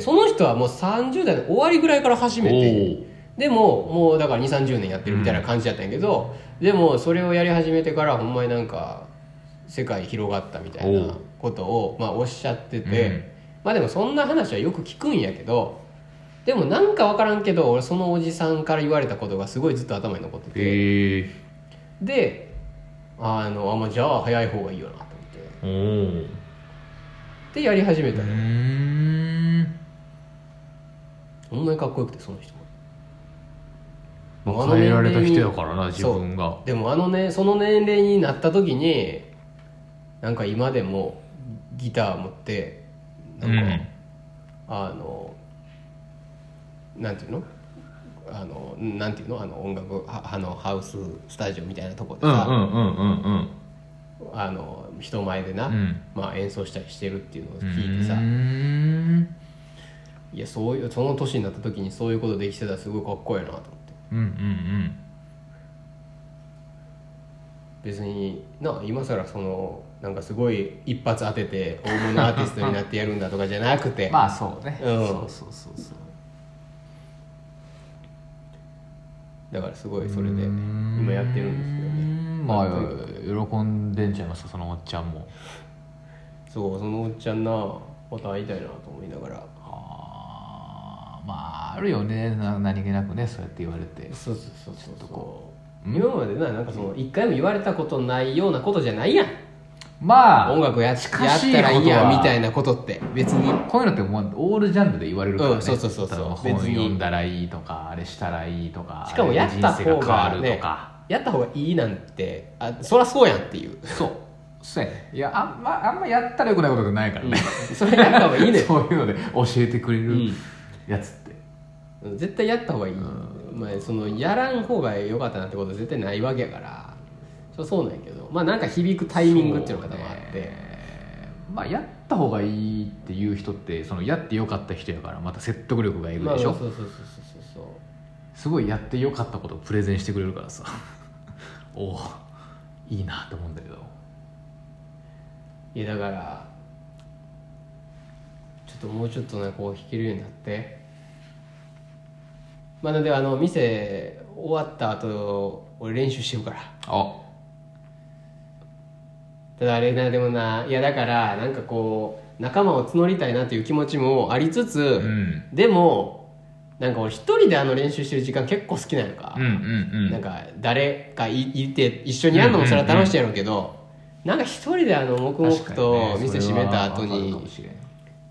え
その人はもう30代の終わりぐらいから始めて
おう
でももうだから2 3 0年やってるみたいな感じだったんやけど、でもそれをやり始めてからほんまになんか世界広がったみたい
お
な
う
ことを、まあ、おっしゃってて、
うん
まあでもそんな話はよく聞くんやけどでもなんか分からんけど俺そのおじさんから言われたことがすごいずっと頭に残ってて、
へえ
であのあまあじゃあ早い方がいいよなと思っ
おお
てでやり始め
う
たの、
ーん
ほんまにかっこよくてその人も。
ま
あ
あ
の
変えられ
年
た
齢に
人やからな自分が
でもあのねその年齢になった時になんか今でもギター持ってなんか、
うん
あのなんていうのあのなんていうのあの音楽はあのハウススタジオみたいなとこで
うんう
さ、
んうんうんうん
あの人前でな、
うん
まあ、演奏したりしてるっていうのを
う
聞いてさ、
ーん
いやそういうその年になった時にそういうことできてたらすごいかっこいいなと思って
うんうん
別にな今更そのなんかすごい一発当てて大物アーティストになってやるんだとかじゃなく
う
て
んまあそうね
うん
そうそうそうそう
だからすごいそれで
うーん
今やってるんですよね
まあ喜んでんちゃいますそのおっちゃんも
そうそのおっちゃんなまた会いたいなと思いながら
あーまああるよねな何気なくねそうやって言われて
そうそうそうそう
う
今までななんかその一回も言われたことないようなことじゃないやん
まあ
音楽ややった
近しいことは
らいいやみたいなことって別に
こういうのってもうオールジャンルで言われるからね、
うんそうそうそうそう
例えば
別
本
に
読んだらいいとかあれしたらいいとか
しかもやった方
あ
が、
れで人生が変わる
ね
とか、、
やった方がいいなんてあそらそうやんっていう
そうそうやねいやあ んまあんまやったらよくないことじゃないからね、
それやった方がいいね
そういうので教えてくれる、
うん
やつって
絶対やった方がいい、まあ、そのやらん方が良かったなってことは絶対ないわけやからそそうなんやけどまあなんか響くタイミングっていうのが多分あって、
そうねまあやった方がいいっていう人ってそのやってよかった人やからまた説得力がいる
まあ
でし
そ
ょ、
うそうそうそうそう
すごいやってよかったことをプレゼンしてくれるからさ おおいいなと思うんだけど
いやだからちょっともうちょっとねこう弾けるようになってまあなんであの店終わった後俺練習してるから
あ
ただあれなでもないやだからなんかこう仲間を募りたいなという気持ちもありつつ、
うん
でもなんか俺一人であの練習してる時間結構好きなのか
うんう、んうん
なんか誰かいいて一緒にやるのもそれは楽しいやろうけど、なんか一人であの黙々
確かにね
と店閉めた後
それはわかる
に
かもしれん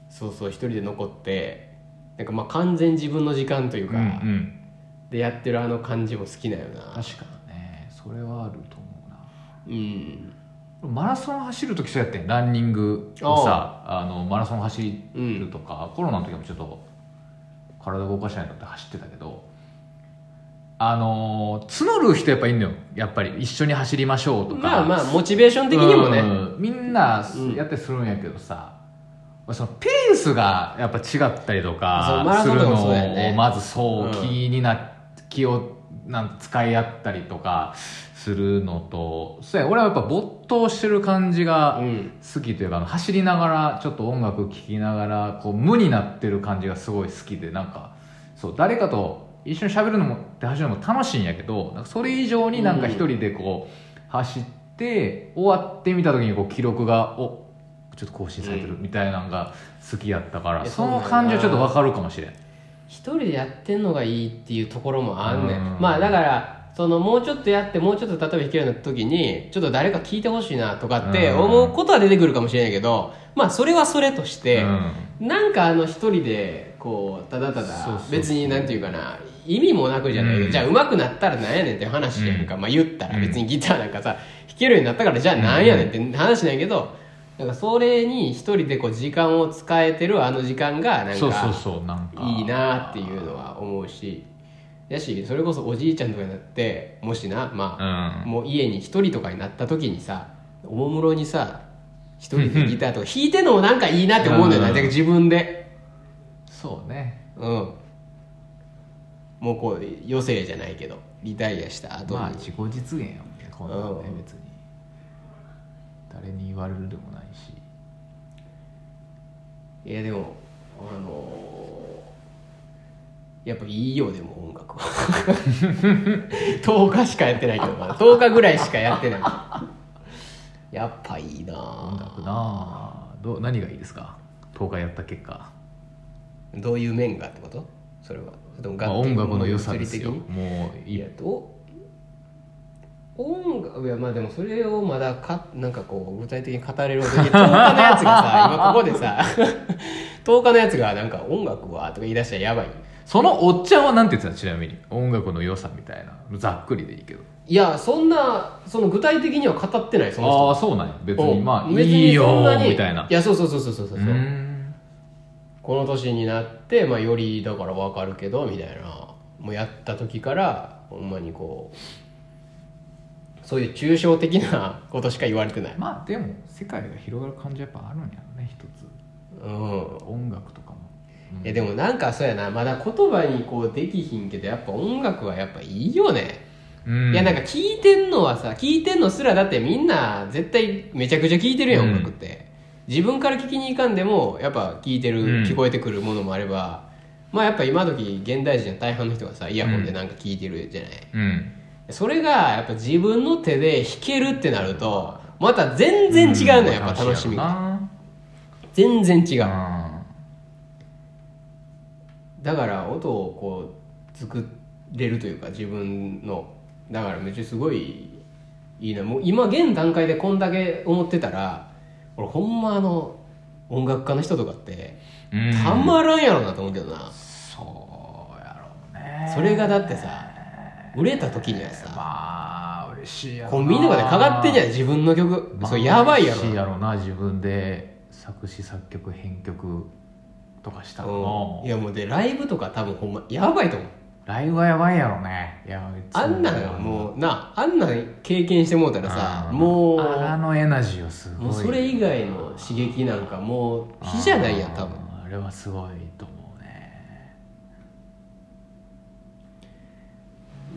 そうそう一人で残ってなんかまあ完全自分の時間という
う
か、
んうん
でやってるあの感じも好きなよな
確かにねそれはあると思うな
うん
マラソン走る時そうやってんランニングをさあのマラソン走るとか、コロナの時もちょっと体動かしないとって走ってたけどあのー募る人やっぱいんのよやっぱり一緒に走りましょうとか
まあまあモチベーション的にもね、
うんみんな
うん
やってするんやけどさ、そのペースがやっぱ違ったりと
そうマ
か
ラ
す
ソン
る
とかも
の
そうだよね
をまずそう
うん
気にな、気をなん使い合ったりとかするのとそうや俺はやっぱ没頭してる感じが
うん
好きというか、あの走りながらちょっと音楽聴きながらこう無になってる感じがすごい好きでなんかそう誰かと一緒に喋るのもって走るのも楽しいんやけどなんかそれ以上になんか一人でこう走って終わってみた時にこう記録がおちょっと更新されてるみたいなのが好きやったから、
いや
その感じはちょっと分かるかもしれん
一人でやってんのがいいっていうところもあんねん
うん
まあだからそのもうちょっとやってもうちょっと例えば弾けるようになった時にちょっと誰か聞いてほしいなとかって
うん
思うことは出てくるかもしれないけどまあそれはそれとして、
うん
なんかあの一人でこうただた
そうそう
だ
そう
別になんていうかな意味もなくじゃないけど、
うん
じゃあ上手くなったらなんやねんっていう話やんか、まあ言った
う
ら
ん
別にギターなんかさ弾けるようになったからじゃあなんやねんって話なんやけどなんかそれに一人でこう時間を使えてるあの時間がなん
そうそう
か
そうなんか
いいなっていうのは思うしやしそれこそおじいちゃんとかになってもしなまあ、
うん
もう家に一人とかになった時にさおもむろにさ一人でギターとか弾いてんのもなんかいいなって思うんだよ
う
ね
ん
だから自分で
そうね
うんもうこう余生じゃないけどリタイアした後に、
まあ自己実現やもんねこんなのね
うん
別に誰に言われるでもないし
いやでもあのーやっぱいいよでも音楽は 10日しかやってないけどまだ10日ぐらいしかやってないやっぱいいな
音
ぁ
楽なあどう何がいいですか10日やった結果、
どういう面がってことそれはそれとも
まあ、
楽器
音楽の良さですよ
物理的に
もうい
い
い
やどう音楽いやまあでもそれをまだかなんかこう具体的に語れるほどに10日のやつがさ今ここでさ 10日のやつがなんか音楽はとか言い出したらやばい
そのおっちゃんはなんて言ってたちなみに音楽の良さみたいなざっくりでいいけど
いやそんなその具体的には語ってないその
あ
人
あそうなんや別
お
にまあ
別
いいよ
そんに
みたいない
やそうそうそうそうそうそうう
ーん
この年になって、まあ、よりだから分かるけどみたいなもうやった時からほんまにこうそういう抽象的なことしか言われてない、
まあでも世界が広がる感じはやっぱあるんやろね一つ
うん、
音楽とかも、うん
いやでもなんかそうやなまだ言葉にこうできひんけどやっぱ音楽はやっぱいいよね、
うん
いやなんか聞いてんのはさ聞いてんのすらだってみんな絶対めちゃくちゃ聞いてるや
う
ん、
ん
音楽って自分から聞きに行かんでもやっぱ聞いてる、
うん
聞こえてくるものもあればまあやっぱ今時現代人の大半の人がさイヤホンでなんか聞いてるじゃない、
うん
それがやっぱ自分の手で弾けるってなるとまた全然違うのよ、やっぱ楽しみが
が
全然違う、
うん
だから音をこう作れるというか自分のだからめっちゃすごいいいなもう今現段階でこんだけ思ってたら俺ほんまあの音楽家の人とかって
うん
たまらんやろなと思うけどな、
そうやろうね
それがだってさ売れた時にはさ
まあ嬉しいやろな
コンビニとかでかかってんじゃん自分の曲、
まあ
それやばいやろ
嬉しい
な
やろな自分で作詞作曲編曲とかした
うん
の、
いやもうでライブとか多分ほんまやばいと思う
ライブはやばいやろねいや
あんなんがもうなあんなん経験してもうたらさもう
あのエナジーはすごい
もうそれ以外の刺激なんかもう火じゃないやん多分
あーあれはすごいと思うね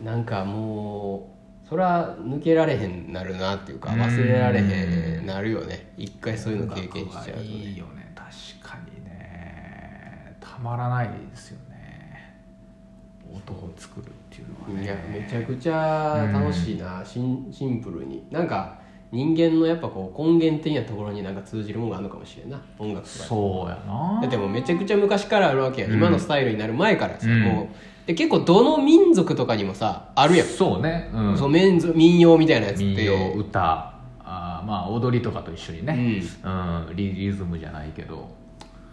なんかもうそれは抜けられへんなるなっていうか忘れられへんなるよね一回そういうの経験しちゃうと
音楽はいい
ね
よね確かにねたまらないですよね音を作るっていうのはね
いやめちゃくちゃ楽しいなシンシンプルになんか人間のやっぱこう根源的なところになんか通じるものがあるのかもしれんな音楽とか
そうやな
だってもうめちゃくちゃ昔からあるわけや、
うん
今のスタイルになる前からさ、
うん
もうで結構どの民族とかにもさあるやん、
そうね、うん、
その民族民謡みたいなやつって
民謡歌あーまあ踊りとかと一緒にね、
うん
うんリリズムじゃないけど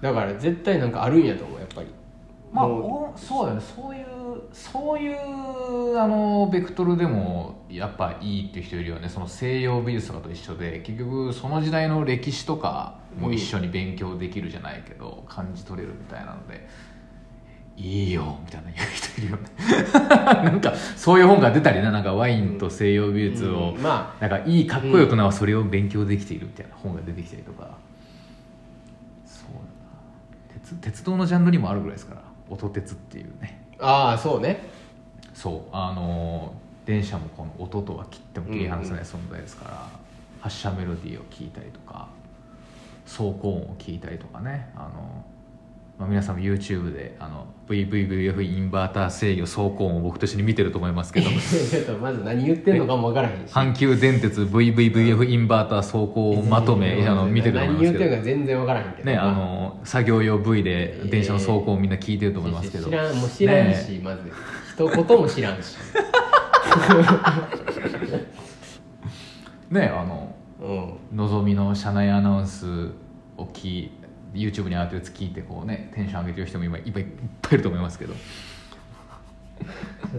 だから絶対なんかあるんやと思うやっぱり
まあ
も
おそうよねそういうそういうあのベクトルでもやっぱいいっていう人いるよねその西洋美術とかと一緒で結局その時代の歴史とかも一緒に勉強できるじゃないけど、感じ取れるみたいなので「いいよ」みたいな言う人いるよね なんかそういう本が出たりななんかワインと西洋美術を、
うんま
なんかいいかっこよくなはそれを勉強できているみたいな本が出てきたりとか、そうだな鉄鉄道のジャンルにもあるぐらいですから音鉄っていうね
あああそうね
そうあのー電車もこの音とは切っても切り離せない存在ですから、発車メロディーを聞いたりとか走行音を聞いたりとかねあの、まあ、皆さんも YouTube であの VVVF インバーター制御走行音を僕と一緒に見てると思いますけど
ちょっとまず何言ってんのかも分からへんし
阪急電鉄 VVVF インバーター走行まとめ、あの見てると思い
何
ま
言
す
っ
け
てんの
ど、
か全然分からへんけど
ね、あの作業用 V で電車の走行をみんな聞いてると思いますけど、
知らんもう知らんし、
ね
まず一言も知らんし
ねあの
うん
のぞみの車内アナウンスを聞い YouTube に上がってるやつ聞いてこうねテンション上げてる人も今いっぱいいっぱいいると思いますけど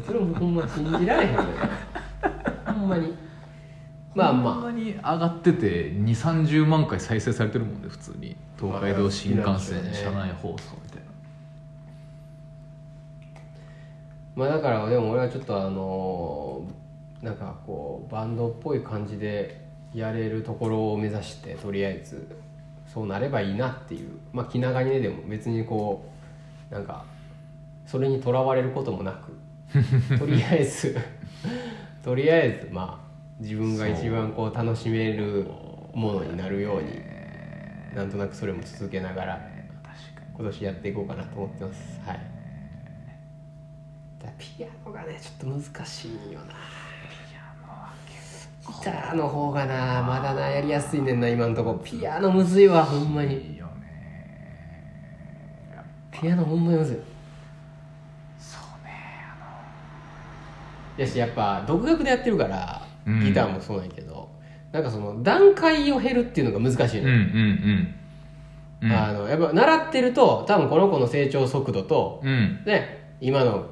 それもほんま信じられへんよね ほんまにまあ
こん
ま
なに上がってて2 3 0万回再生されてるもんね普通に東海道新幹
まあ
線車内放送みたいな、
あまあだからでも俺はちょっとあのーなんかこうバンドっぽい感じでやれるところを目指してとりあえずそうなればいいなっていうまあ気長にねでも別にこうなんかそれにとらわれることもなくとりあえずとりあえずまあ自分が一番こう楽しめるものになるように
え
なんとなくそれも続けながら
ー確かに
今年やっていこうかなと思ってますはいだピアノがねちょっと難しいよなギターの方がなまだなやりやすいねんな今のとこピアノむずいわほんまに
いいよね
ピアノほんまにむずい
そうね
やしやっぱ独学でやってるから
うん
ギターもそうなんやけど、なんかその段階を減るっていうのが難しい
うん
の
う
よ、
んうんうん
あのやっぱ習ってると多分この子の成長速度と
うん
ね、今の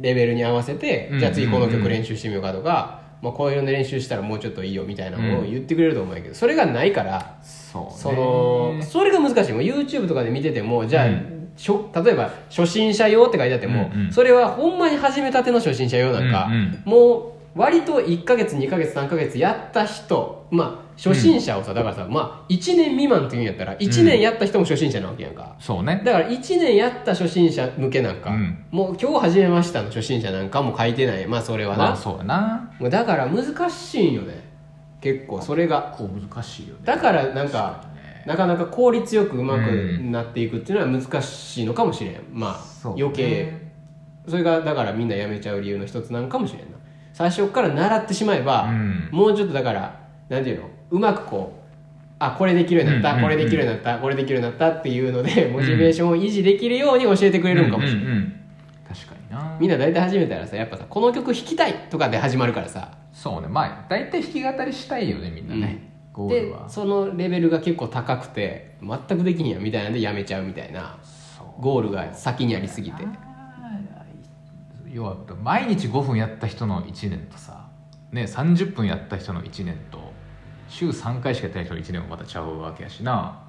レベルに合わせて、
うん
じゃあ次この曲練習してみようかとか、まあ、こういうの練習したらもうちょっといいよみたいなのを言ってくれると思うんやけどそれがないから
そうね
そのそれが難しいもう YouTube とかで見ててもじゃあ、
うん
しょ例えば初心者用って書いてあっても、
うんうん
それはほんまに始めたての初心者用なんか、
うんうん
もう割と1ヶ月2ヶ月3ヶ月やった人まあ初心者をさだからさ、まあ、1年未満っていうんやったら1年やった人も初心者なわけやんか、
そうね
だから1年やった初心者向けなんか、
うん
もう今日始めましたの初心者なんかも書いてないまあそれはな、
まあそうやな
もうだから難しいんよね結構それが
こう難しいよね
だからなんかなかなか効率よくうまくなっていくっていうのは難しいのかもしれん、まあ
そうね
余計それがだからみんなやめちゃう理由の一つなんかもしれんな最初から習ってしまえば、
うん
もうちょっとだからなんていうのうまくこうあこれできるようになった、
うんうんうん
これできるようになったこれできるようになったっていうのでモチベーションを維持できるように教えてくれるんかもしれない、
うんうんうん確かにな
みんな大体始めたらさやっぱさこの曲弾きたいとかで始まるからさ
そうねまあ大体弾き語りしたいよねみんなね、ゴー
で
ルは
そのレベルが結構高くて全くできんやみたいなんでやめちゃうみたいな
そう
ゴールが先にありすぎて
あー要は毎日5分やった人の1年とさ、ね、30分やった人の1年と週3回しかやった人の1年もまたちゃうわけやしな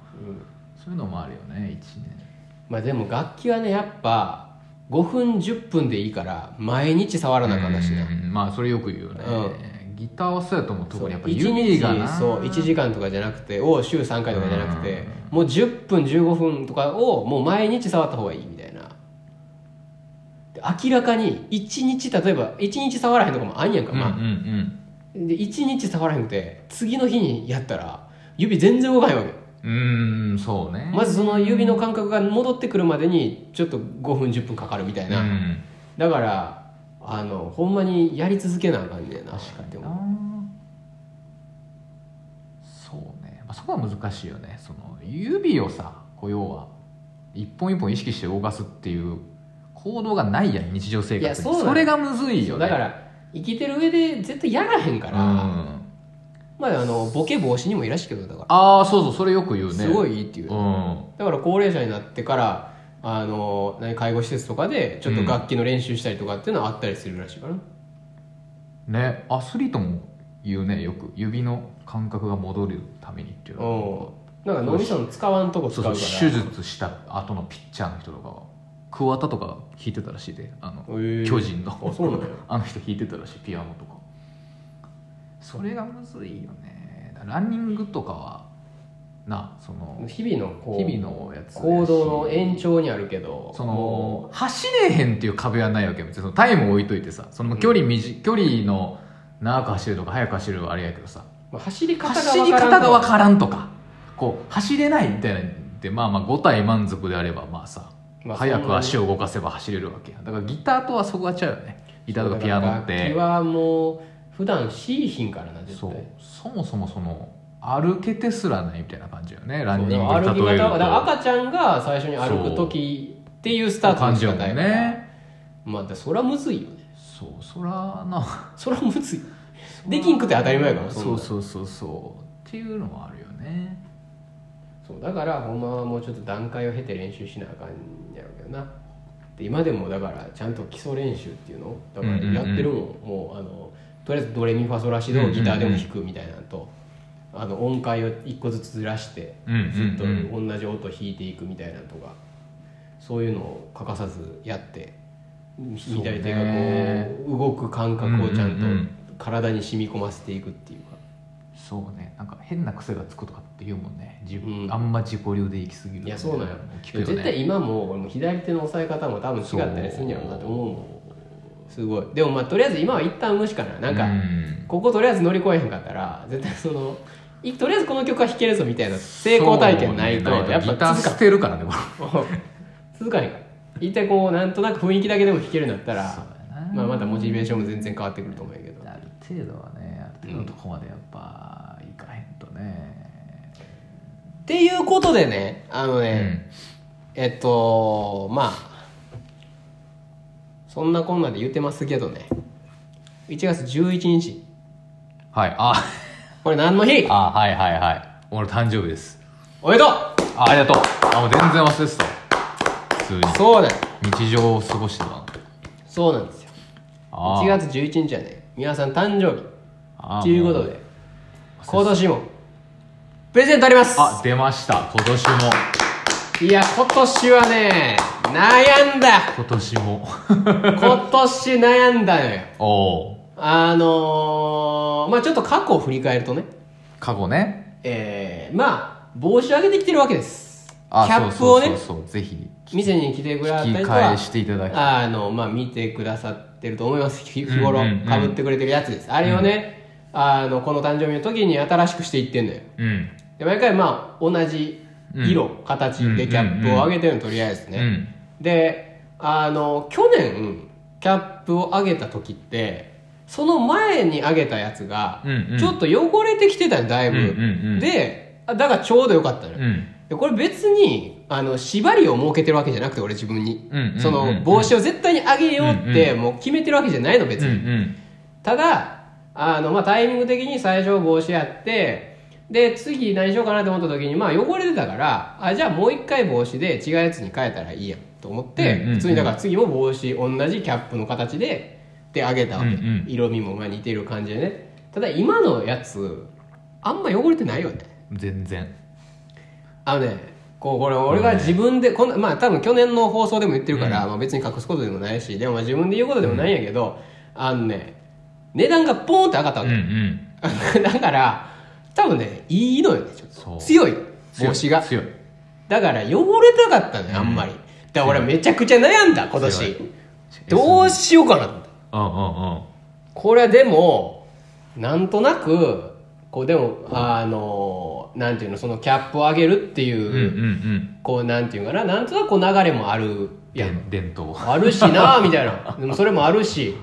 そういうのもあるよね1年
まあでも楽器はねやっぱ5分10分でいいから毎日触らなあかんだしな
うんまあそれよく言うよね、ギターはそうやと思う特にやっぱ
一
指がな
日そう1時間とかじゃなくてを週3回とかじゃなくてもう10分15分とかをもう毎日触った方がいいみたいなで明らかに1日例えば1日触らへんとかもあんやんか、
うんうんう
ま
ん
あ、で1日触らへんくて次の日にやったら指全然動かへんわけよ
うーんそうね
まずその指の感覚が戻ってくるまでにちょっと5分10分かかるみたいな、
うん
だからあのほんまにやり続けなあかんねんな
確かに
で
な
も
そうね、まあ、そこは難しいよねその指をさこう要は一本一本意識して動かすっていう行動がないやん日常生
いや
活
そう
に
な
そ
の
れがむずいよね
だから生きてる上で絶対やらへんから、
うん、
まあ、あのボケ防止にもいいらしいけどだか
ああそうそうそれよく言う
ら
ね
すごいいいっていううんだから高齢者になってからあの何介護施設とかでちょっと楽器の練習したりとかっていうのはあったりするらしいから、
ねアスリートも言うねよく指の感覚が戻るためにっていうのは
うんなんか脳みその使わんとこ使
そうう
か
そう
ら
手術した後のピッチャーの人とかはクワタとか弾いてたらしいであの
へえ
巨人の
あそうなんや
あの人弾いてたらしいピアノとかそれがむずいよねだからランニングとかはなその
日々のこう
日々のやつやし
行動の延長にあるけど
そ
も
の走れへんっていう壁はないわけよ別にそのタイムを置いといてさその距離短い、距離の長く走るとか速く走るはあれやけどさ
うまあ走り方が
走り方が分からんとかこう走れないみたいなんでまあまあ5体満足であればまあさ
まあ
早く足
を
を動かせば走れるわけやだからギターとはそこが違うよねギターとかピアノっ
楽器
て
はもう普段しいひんからな絶
そ
対
うそもそもその歩けてすらないみたいな感じよねランニング
そうだか
に例
ら
える
歩き方
と
はだから赤ちゃんが最初に歩く時っていうスタートの
感
仕
じよ
方やから
ね
まあだからそらむずいよね
そうそらな
そらむずいできんくて当たり前やからん
そ
な
うそうそうそうっていうのもあるよね
そうだからほんまはもうちょっと段階を経て練習しなあかんやろうけどなで今でもだからちゃんと基礎練習っていうのだから
うんうんうん
やってるもん,、もうあのとりあえずドレミファソラシドをギターでも弾くみたいなのと、あの音階を一個ずつずらして
うんうんうん
ずっと同じ音弾いていくみたいなのとかそういうのを欠かさずやって
そうね
左手がこう動く感覚をちゃ
うんうんうんん
と体に染み込ませていくっていうか
そうねなんか変な癖がつくとかって言うもんね自分、
うん
あんま自己流で行き過ぎると
いやそうなんよ
聞くよね
絶対今も俺も左手の押さえ方も多分違ったりするんやろうなと思うもんすごいでもまあとりあえず今は一旦無視かななんか、
うん
こことりあえず乗り越えへんかったら絶対そのいとりあえずこの曲は弾けるぞみたいな成功体験ないと
そうね
やっ
ギタ
ぱ
ー
続
捨
か
てるからねこれ
ん 続かへんから一体こうなんとなく雰囲気だけでも弾けるんだった
そう
ら、
やな
まあ、またモチベーションも全然変わってくると思うんやけど
ある程度はねある程度のとこまでやっぱ行かへんとね、
っていうことでねあの
う
ね、
ん
えっとまあそんなこんなで言ってますけどね1月11日
はいあ
これ何の日
あはいはいはい俺誕生日です
おめでとう
あありがとうあもう全然忘れてたわ普通に
そうなん
日常を過ごしてたの
そうなんですよ
あ
1月11日はね皆さん誕生
あ
日ということ
も
で今年もプレゼントあります
あ出ました今年も
いや今年はね悩 んだ
今年も
今年悩んだのよ
おお
あのー、まあちょっと過去を振り返るとね
過去ね
えー、まあ帽子上げてきてるわけです
あ
キャップをね
そうそうそうそうぜひ
店に来てくださった
引き
人
返
は
していただき
あの、まあ、見てくださってると思います日日
う
頃
んうんうん
かぶってくれてるやつです、あれをねあのこの誕生日の時に新しくしていってんのよ
うん
で毎回まあ同じ色、形でキャップを上げてるのとりあえずね、
うん
であの去年キャップを上げた時ってその前に上げたやつが
うんうん
ちょっと汚れてきてたのだいぶ、
うんうんうん
であだからちょうどよかったのよ、
うん
でこれ別にあの縛りを設けてるわけじゃなくて俺自分に、
うんうんうんうん
その帽子を絶対に上げようって
う
もう決めてるわけじゃないの別
うん
に、
うん
ただあの、まあ、タイミング的に最初帽子やってで次何しようかなと思った時にまあ汚れてたからあじゃあもう一回帽子で違うやつに変えたらいいやんと思って、
うんうんうん
普通にだから次も帽子同じキャップの形でで上げたわけ、
うんうん
色味もまあ似てる感じでねただ今のやつあんま汚れてないよね
全然
あのねこうこれ俺が自分で、こんなまあ多分去年の放送でも言ってるから、まあ、別に隠すことでもないしでもまあ自分で言うことでもないんやけど、あのね値段がポーンって上がったわ
うん
け、
うん。
だから多分ねいいのよねちょっ
そ
と
う
強い帽子が
強い。
だから汚れたかったのよあんまり、だから俺めちゃくちゃ悩んだ今
強い
年どうしようかなと思った
うんうんうん。
これでもなんとなくこうでもあのなんていうのそのキャップを上げるってい
う
う、
んうん
こうなんていうかななんとなくこう流れもある
うん。
やん
伝伝統。
あるしなみたいなでもそれもあるし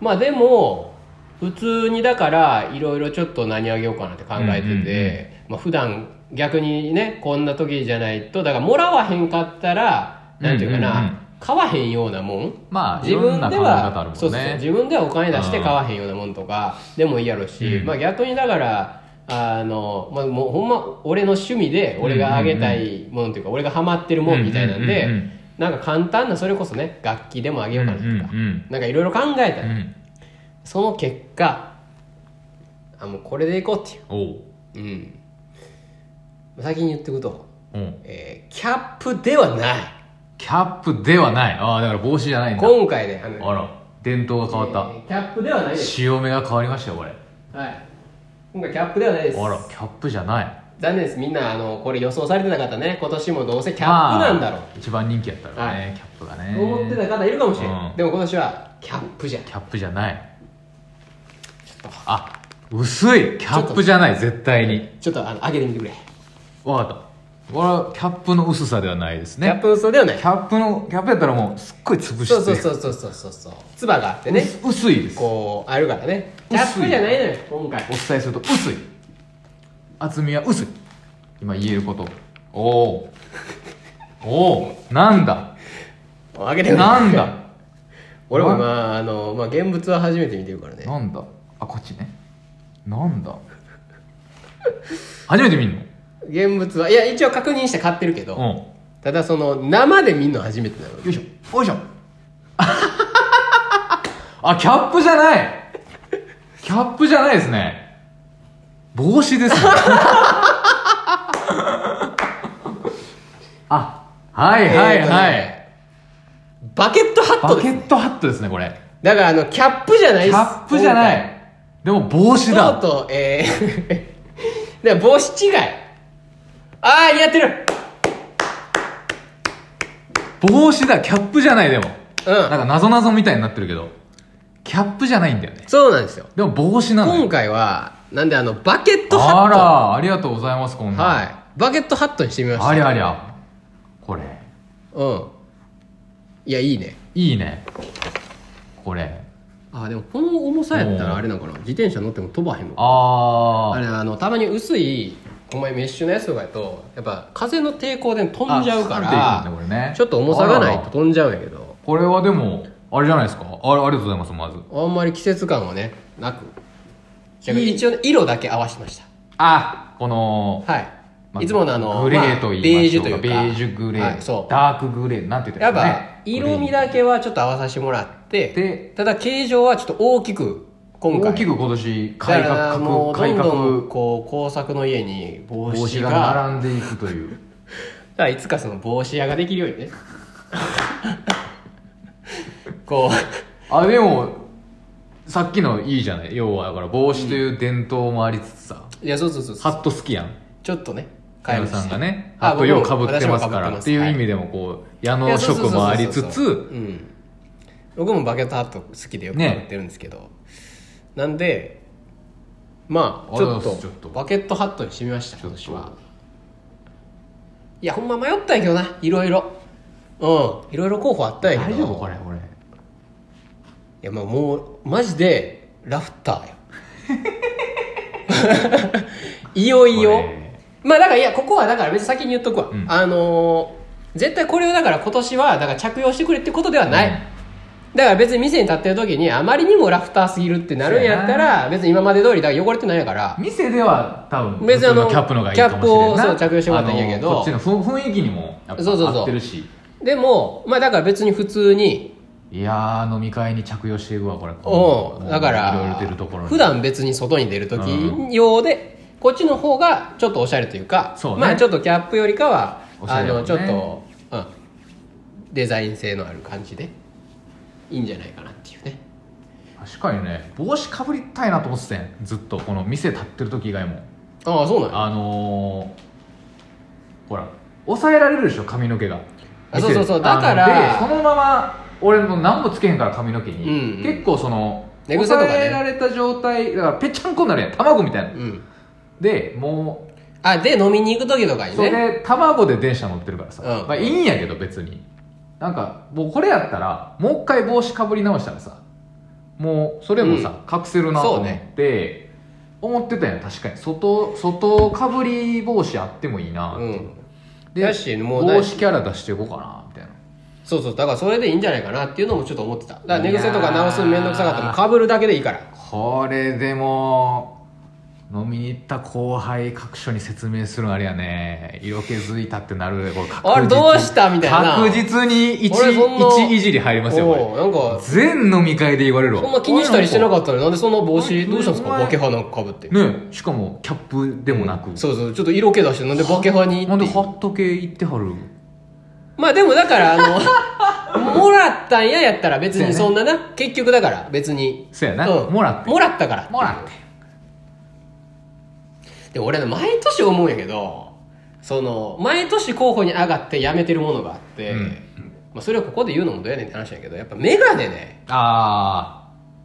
まあでも普通にだからいろいろちょっと何あげようかなって考えてて、
うんうん
まあ普段逆にねこんな時じゃないとだからもらわへんかったらなんていうかな、
うんうんうん
買わへんようなもん
まあ、
自分で
いろんな考え方あ
は
るもんね。
そうそうそう自分ではお金出して買わへんようなもんとかでもいいやろし、
うん
まあ、逆にだからあの、まあ、もうほんま俺の趣味で俺があげたいものというか、俺がハマってるもんみたいなんで、
うんうんうんうん
なんか簡単なそれこそね楽器でもあげようかなとか、
うんうん
なんかいろいろ考えた
う
ら、
ん。
その結果あもうこれでいこうってい
おう。
う、うん、先に言っておくと、
うん。
えーキャップではない
キャップではない。ああ、だから帽子じゃないんだ。
今回ねあの
あら、伝統が変わっ
えーキャップではない
た。
です
潮目が変わりましたよ、これ。
はい。今回キャップではないです。
あら、キャップじゃない。
残念です。みんな、あの、これ予想されてなかったね。今年もどうせキャップなんだろ
まあ一番人気やったからね、キャップが
う。
ね。
と思ってた方いるかもしれない。
うん
でも今年は、キャップじゃん。
キャップじゃない。あ、薄い。キャップじゃない、絶対に。
ちょっと、あの、上げてみてくれ。
わかった。これはキャップの薄さではないです
キャッ
ね。
プ嘘ではない
キ。ャップの、キャップやったらもう、すっごい潰して。
そうそうそうそうそうそうそう。つばがあってね、
薄薄いです。
こう、あるからね。キ
薄い
ャップじゃないのよ、今回。
お伝えすると薄い厚みは薄い今言えることおおおおなんだ
上げてくれ。
なんだ
俺もまあ、あの、まあ、現物は初めて見てるからね。
なんだあこっちねなんだ初めて見ん
現物は、いや、一応確認して買ってるけど、
の
ただその、生で見るの初めてなの
うん。よいしょよいしょあキャップじゃないキャップじゃないですね帽子ですねあはいはいはい、
えーとねバケットハット
バ
です
ケ
ね
ットハットですね、これ。
だからあのキャップじゃない
キ
っす
ャップじゃない。でも帽子
今回
だ。
とうとうえー、 だから帽子違いああやってる
帽子だ。キャップじゃない、でも。
うん
なんか謎謎みたいになってるけど。キャップじゃないんだよね。
そうなんですよ
でも帽子なの
今
よ。
回はなんであのバケットハ
あ
ット
ら、ありがとうございます、こんなん。
はいバケットハットにしてみました
ありゃありゃ。これ。
うんいやいいね
いいね。これ。
あーでもこの重さやった
お
ら
ー
あれなんかな自転車乗っても飛ばへんのか
あ
あ
ー。
れあのたまに薄いお前メッシュのやつとかやとやっぱ風の抵抗で飛んじゃうか
あスカンっていくんだこれ
ら
ね
ちょっと重さがない
あ
と
ら
飛んじゃうんやけど
これはでも、あれじゃないですか。あれありがとうございます、まず。
あんまり季節感はねなく
いい
一応ね色だけ合わせまし
あ、この、
たはい、
まあ
いつものあの
グレーと言いましょうか。
まあベージュというか
ベージュグレー。
はいそう
ダークグレー。なんて言った
やっ
らいいですか
ぱ
ね
色味だけはちょっと合わさせてもらって
で
ただ形状はちょっと大きく今回
大きく今年改
だからも
革改
うどん
革
どんこう工作の家に帽
帽
子
子
が
が並んでいくという
だからいつかその帽子屋ができるよ うにねこう
あでもさっきのいいじゃない要はだから帽子という伝統もありつつさ、
いやそうそうそうそう
ハット好きやん
ちょっとね
矢
ま
野
した
さんがね
あ
ハットよう
僕
か
も
ぶってます
私も
か
被
らっていう意味でもこう矢
い
野
やそうそう
色
そうそう
もありつつ
うん、僕もバケットハット好きでよく
ね
やってるんですけど、なんでまあ
あ
ちょ
そ
っ
う
と
ですちょっと
バケットハットにしてみました
ちょっ
今
と
年はいやほんま迷ったんやけどないろいろうんいろいろ候補あったんやけ
大
ど
丈夫これこれ
いやまあもうマジでラフターよ いよいよ
これ
まあだからいやここはだから別に先に言っとくわ、
ん
あのー絶対これをだから今年はだから着用してくれってことではない、
うん
だから別に店に立ってる時にあまりにもラフターすぎるってなるんやっ
そ
た
う
ら別に今まで通りだから汚れてないやから
店では多分
別にあの
普通キャップの方がいいかもしれんない
キャップをそう着用してもらったらいいんやけど
こっちの雰雰囲気にもやっぱ
そうそうそう
合ってるし
でもまあだから別に普通に
いやー飲み会に着用していくわこれ
うんだか
いろい
ら
ろ出るところに
普段別に外に出る時用でこっちの方がちょっとおしゃれというか
そうね
まあちょっとキャップよりかは
おしゃ
あ
れやも
の
んね
ちょっと、うん、デザイン性のある感じでいいんじゃないかなっていうね
確かにね帽子かぶりたいなと思ってたんずっとこの店立ってる時以外も
ああそうなんや
あのーほら抑えられるでしょ髪の毛が
あそうそうそう
店
だから
あのでそのまま俺も何もつけへんから髪の毛に、
うんうん
結構その
寝癖とか
抑
ね
えられた状態だからぺっちゃんこになるやん卵みたいな、
うん
でも
あで飲みに行く時とか
う
に
それ
ね
で卵で電車乗ってるからさ、
うん
まあいいんやけど別になんかもうこれやったらもう一回帽子かぶり直したらさもうそれもさ、隠せるなと思って、思ってたやん確かに外外かぶり帽子あってもいいなって、
うん
で
だしもうだ
帽子キャラ出していこうかなみたいな
そうそうだからそれでいいんじゃないかなっていうのもちょっと思ってただから寝癖とか直すの面倒くさかったらもかぶるだけでいいから
これでも飲みに行った後輩各所に説明するのあれやね色気づいたってなるこれ確実に
あれどうしたみたいな
確実に一
俺そんな
一いじり入りますよこ
お
れ
うなんか
全飲み会で言われるわ
そんな気にしたりしてな
っ
かったのになんでそんな帽子どうしたんですか
お前
バケハなんかかぶって
ねしかもキャップでもなく、
そうそうちょっと色気出してなんでバケハに
なん
って
で
いう
ハット系行ってはる
まあでもだからあ のもらったんややったら別にそんなな、結局だから別に
そうやな、
うん
もらって
もらったから
もらって
で俺ね毎年思うんやけどその毎年候補に上がってやめてるものがあって、
うん
まあ、それをここで言うのもどうやねんって話やけどやっぱ眼鏡ね
あ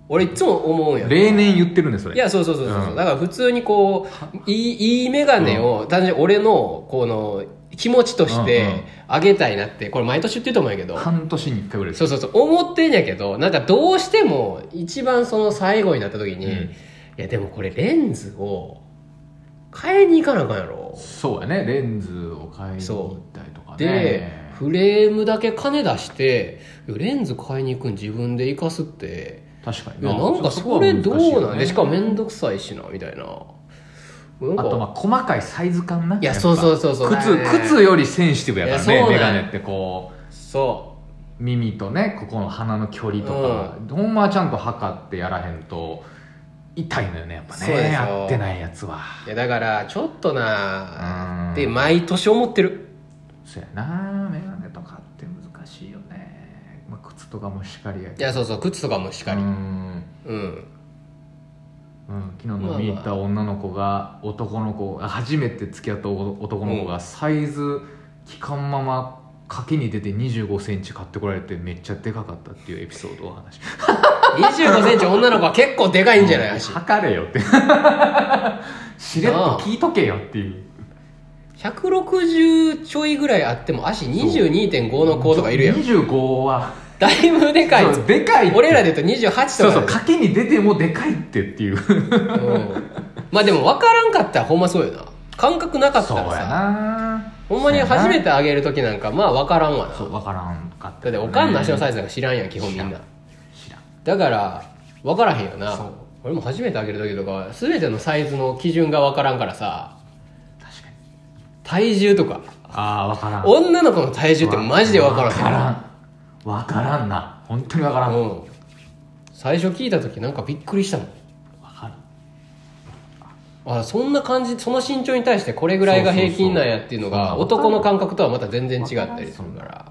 俺いつも思うんや
あ
けど
例年言ってるんですそれ
いやそうそうそうそう、
うん
だから普通にこういいいい眼鏡を単純に俺のこの気持ちとし
うんうん
てあげたいなってこれ毎年言ってると思うんやけど
半年に1回ぐらいです
そうそうそう思ってんやけどなんかどうしても一番その最後になった時に、
うん
いやでもこれレンズを変えに行かなあかんやろ
そうやねレンズを買いに行ったりとかね
でフレームだけ金出していやレンズ買いに行くん自分で生かすって
確かに
いやなんかそれどうなんで、しかも面倒くさいしなみたいななん
あ
か
とまあ細かいサイズ感ない
いやそうそうそうそう
靴
ね
靴よりセンシティブやから
いや
ね
そう
メ
なん
ガネってこう
そ
耳とねここの鼻の距離とか、ほんまはちゃんと測ってやらへんと痛いのよねやっぱ
そうで
ね
しょ
やってないやつは
ういやだからちょっとな
うん
って毎年思ってる
そうやなメガネとかって難しいよね、まあ、靴とかもしっかりや
いやそうそう靴とかもしっか
う
り
ん
うん
うん、昨日飲みに行った女の子が男の子あ初めて付き合った男の子がサイズ期間まま賭けに出て2 5センチ買ってこられてめっちゃでかかったっていうエピソードを話し
25センチ女の子は結構でかいんじゃない足
測れよって しれっと聞いとけよっていう
160ちょいぐらいあっても足22.5の子とかいるやん
25は
だいぶでかい
そうでかいって
俺らで言うと28
そう
と
そう
かだよ
賭けに出てもでかいってって いう
うんまあでも分からんかったらほんまそうよな感覚なかった
そう
ら
や
さ
な
ほんまに初めてあげる時なんかまあ分からんわな
そう分からんかった
だっておかんの足のサ
イ
イズなんか知らんやん基本みんな
知らん
だから分からへんよな
そう
俺も初めてあげる時とか全てのサイズの基準が分からんからさ
確かに
体重とか
ああ分からん
女の子の体重ってマジで分からん
わからんわからんな本当にわからんわ
うん、最初聞いた時なんかびっくりしたもん
かる
あそんな感じその身長に対してこれぐらいが平均なんやっていうのが
そうそうそう
男の感覚とはまた全然違ったりするから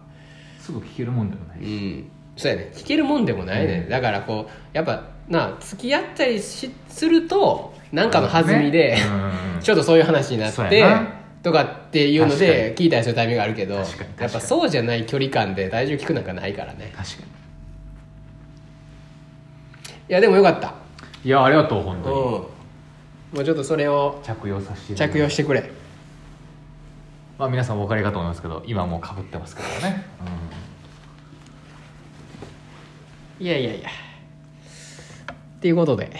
すぐ聞けるもんだよ
う
ね
んそうやね聞けるもんでもないね、だからこうやっぱな付き合ったりしするとなんかの弾みで、
うんうんうん
ちょっとそういう話になっ
そう
て
やな
とかっていうので聞いたりするタイミングがあるけどやっ
確かに確かに
ぱそうじゃない距離感で体重聞くなんかないからね
確か
いやでもよかった
にいやありがとう
う
本
ん
当に
もうちょっとそれを
着用させていただい
着用してくれ
まあ皆さんお分かりかと思いますけど今もうかぶってますからね
いやいやいやっていうことで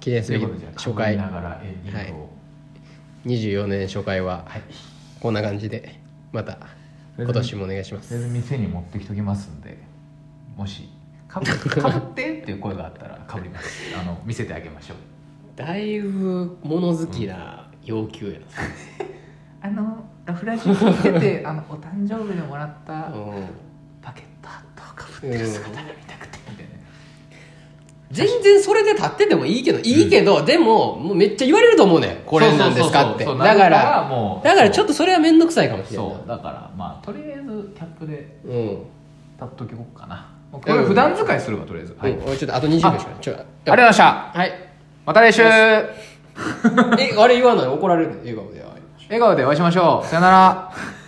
記念
と
す
い
べ
う
き
ことでじゃあ
初
被り
回
ながらエンディングを
24年初回はこんな感じでまた今年もお願いしま
とりあえ
す
ず店に持ってきときますんでもしか ぶかぶってっていう声があったらかぶりますあの見せてあげましょう
だいぶ物好きな要求やな、
あのラフラジ聞いて てあのお誕生日でもらった
うん
バケットハットをかぶ
ってる姿
が見たくてみたいな
全然それで立っててもいいけどいいけど、でももうめっちゃ言われると思うねんこれなんですかって
そうそうそうそ
だ
う
か
なるから
ら
もう
だからちょっとそれは面倒くさいかもしれんない
そうだからまあとりあえずキャップで
うん
立っときこうかなこれ普段使いするわとりあえず、はい、あ
う
り
ん俺ちょっとあと20秒しかないちょ
がとうございました
はい
また来週
えあれ言わない怒られるね笑顔では
笑顔でお会いしましょうさよなら